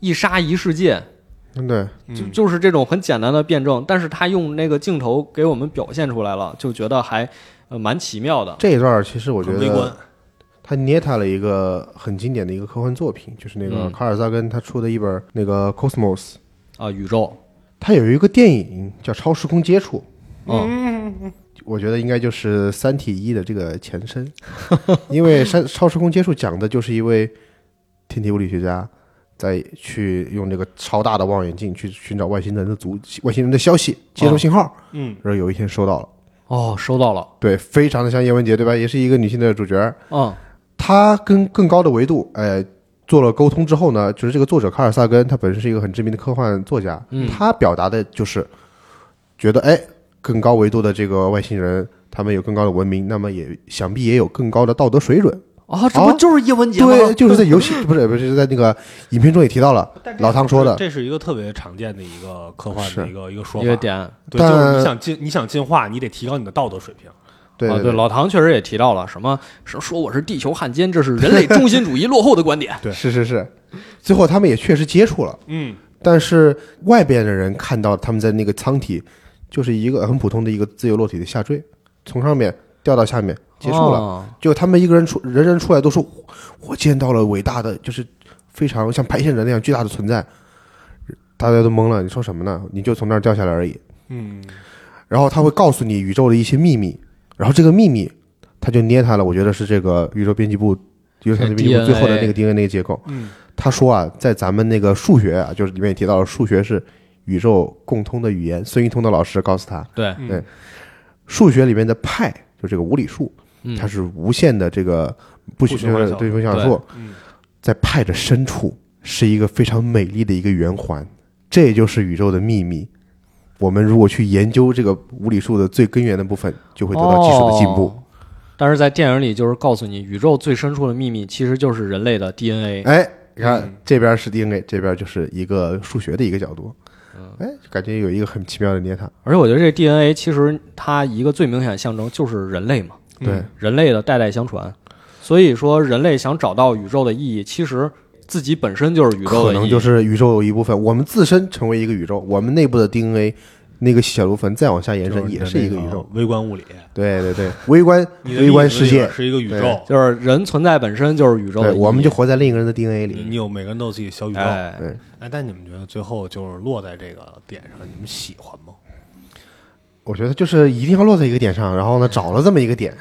一沙一世界，嗯对，就嗯就是这种很简单的辩证，但是他用那个镜头给我们表现出来了，就觉得还呃蛮奇妙的。这一段其实我觉很微观得他捏他了一个很经典的一个科幻作品，就是那个嗯卡尔萨根他出的一本那个《Cosmos》，啊，宇宙，他有一个电影叫《超时空接触》，嗯，我觉得应该就是《三体一》的这个前 身，因为山《超时空接触》讲的就是一位天体物理学家在去用这个超大的望远镜去寻找外星人的足外星人的消息，接收信号，嗯，然后有一天收到了，哦，收到了，对，非常的像叶文洁，对吧？也是一个女性的主角，嗯她跟更高的维度，呃。做了沟通之后呢，就是这个作者卡尔萨根，他本身是一个很知名的科幻作家，嗯他表达的就是觉得，哎，更高维度的这个外星人，他们有更高的文明，那么也想必也有更高的道德水准。啊，这不就是叶文洁吗？哦对，就是在游戏不是不是在那个影片中也提到了老唐说的，这是一个特别常见的一个科幻的是一个一个说一个法。点。对，就是但你想进你想进化，你得提高你的道德水平。对啊，对对，老唐确实也提到了什么说说我是地球汉奸，这是人类中心主义落后的观点。对，是是是。最后他们也确实接触了，嗯，但是外边的人看到他们在那个舱体，就是一个很普通的一个自由落体的下坠，从上面掉到下面 结束了。哦就他们一个人出，人人出来都说，我我见到了伟大的，就是非常像白线人那样巨大的存在。大家都懵了，你说什么呢？你就从那儿掉下来而已。嗯，然后他会告诉你宇宙的一些秘密，然后这个秘密，他就捏它了。我觉得是这个宇宙编辑部，宇宙编辑部最后的那个 DNA 结构。嗯，他说啊，在咱们那个数学啊，就是里面也提到了，数学是宇宙共通的语言。孙运通的老师告诉他，对，嗯对数学里面的派就是这个无理数，嗯它是无限的这个不不许循环小对不循环小数，嗯在派的深处是一个非常美丽的一个圆环，这也就是宇宙的秘密。我们如果去研究这个无理数的最根源的部分，就会得到技术的进步。哦但是在电影里就是告诉你，宇宙最深处的秘密其实就是人类的 DNA。哎，你看、嗯这边是 DNA，这边就是一个数学的一个角度，哎，就感觉有一个很奇妙的捏它。而且我觉得这 DNA 其实它一个最明显的象征就是人类嘛，嗯对，人类的代代相传。所以说，人类想找到宇宙的意义，其实自己本身就是宇宙可的意义。能就是宇宙有一部分，我们自身成为一个宇宙，我们内部的 DNA 那个小卢坟再往下延伸也是是一个宇宙。，微观物理，对对对，微观你的微观意思世界，是一个宇宙对，就是人存在本身就是宇宙对，的意义，我们就活在另一个人的 DNA 你里。你有每个人都有自己小宇宙。哎，对，哎，但你们觉得最后就是落在这个点上，你们喜欢吗？我觉得就是一定要落在一个点上，然后呢，找了这么一个 点，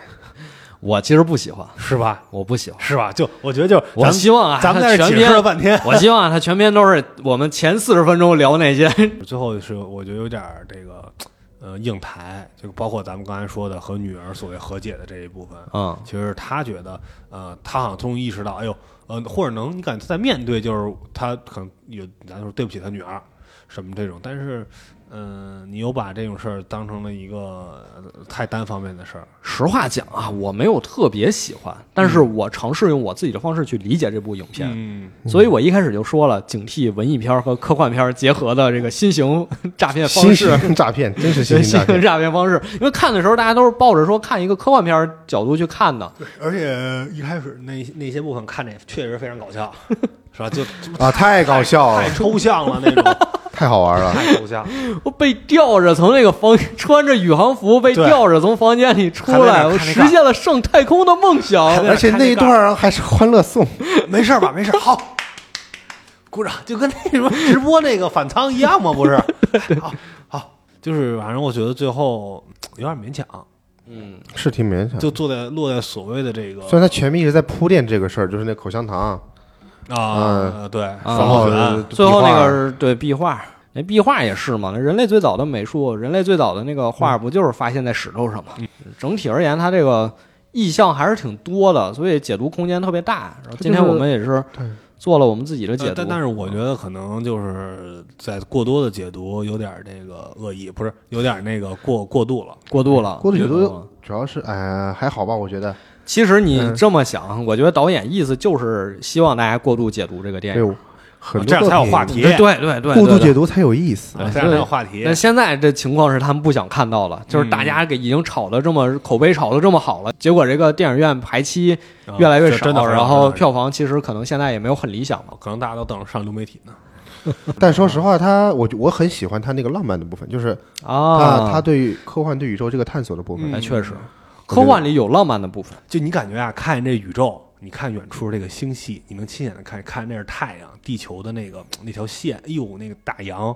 我其实不喜欢，是吧？我不喜欢，是吧？就我觉得就是我咱们希望啊，咱们他在这全解释了篇，半天， 我希望啊他全篇都是我们前四十分钟聊那些，最后是我觉得有点儿这个呃硬抬，就包括咱们刚才说的和女儿所谓和解的这一部分，嗯，其实他觉得呃，他好像终于意识到，哎呦，呃，或者能你敢在面对，就是他可能有咱说对不起他女儿什么这种，但是。嗯，你又把这种事儿当成了一个呃太单方面的事儿，实话讲啊，我没有特别喜欢，但是我尝试用我自己的方式去理解这部影片，嗯，所以我一开始就说了，警惕文艺片和科幻片结合的这个新型诈骗方新式。型诈骗，真 是新对型新诈骗型。诈骗方式，因为看的时候大家都是抱着说看一个科幻片角度去看的，而且一开始那那些部分看着也确实非常搞笑， 是吧？就啊，太搞笑太了，抽象了 那种，太好玩了。太抽象。我被吊着从那个房， 穿着宇航服被对吊着从房间里出还在那来，儿我看那实现了上太空的梦想。而且那一段还是欢乐颂， 没事儿吧？没事儿，好，鼓掌，就跟那什么直播那个反仓一样吗？不是，好，好，就是反正我觉得最后有点勉强，嗯，是挺勉强。就坐在落在所谓的这个虽然他全面一直在铺垫这个事儿，就是那口香糖，哦啊，对，啊然双螺后旋，最后那个壁画是对壁画，那壁画也是嘛。那人类最早的美术，人类最早的那个画嗯不就是发现在石头上嘛？整体而言，它这个意象还是挺多的，所以解读空间特别大。然后今天我们也是做了我们自己的解呃读，但但是我觉得可能就是在过多的解读有点儿这个恶意，不是有点儿那个过过度了。过度了，郭子嗯都主要是哎还好吧，我觉得。其实你这么想，我觉得导演意思就是希望大家过度解读这个电对影。，很多哦这样才有作品话题对对对对，过对度解读才有意思。啊，这样才有话题哎那。现在这情况是他们不想看到了，就是大家给已经炒的这么口碑炒的这么好了，结果这个电影院排期啊越来越这少，真的很然少后真的很票房其实可能现在也没有很理想嘛。少可能大家都等着上流媒体呢。但说实话，他我我很喜欢他那个浪漫的部分，就是他、啊，他对于科幻对宇宙这个探索的部分。哎嗯确实，科幻里有浪漫的部分，就你感觉啊，看这宇宙，你看远处这个星系，你能亲眼的看，看那是太阳、地球的那个那条线，哎呦，那个大洋，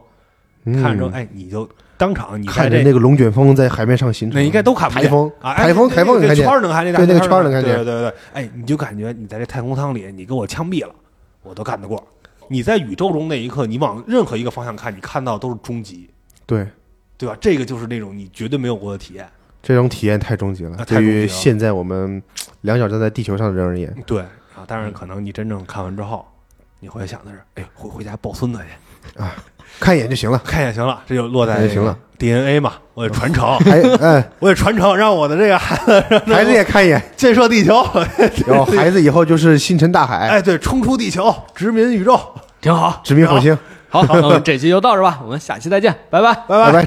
看着之后，嗯、哎，你就当场你在看这着那个龙卷风在海面上形成，那应该都看不见台风，啊，哎台风，那台风能那看个见圈，儿能看见，对那个儿圈儿能看见对对对，对哎，你就感觉你在这太空舱里，你给我枪毙了，我都干得过。你在宇宙中那一刻，你往任何一个方向看，你看到都是终极，对，对吧？这个就是那种你绝对没有过的体验。这种体验太终极啊了。太对于终极了现在我们两脚站在地球上的人而言，对啊，当然可能你真正看完之后，你会想的是，哎，回回家抱孙子去。看一眼就行了。看也行了，这就落在也行了 DNA 嘛，我得传承，还 哎，我得传承，让我的这个 孩孩子也看一眼， 子建设地球，哎然后孩子以后就是星辰大海，哎，对，冲出地球，殖民宇宙，挺好。殖民火星。好，那我们这期就到这吧，我们下期再见，拜拜。拜拜拜。拜。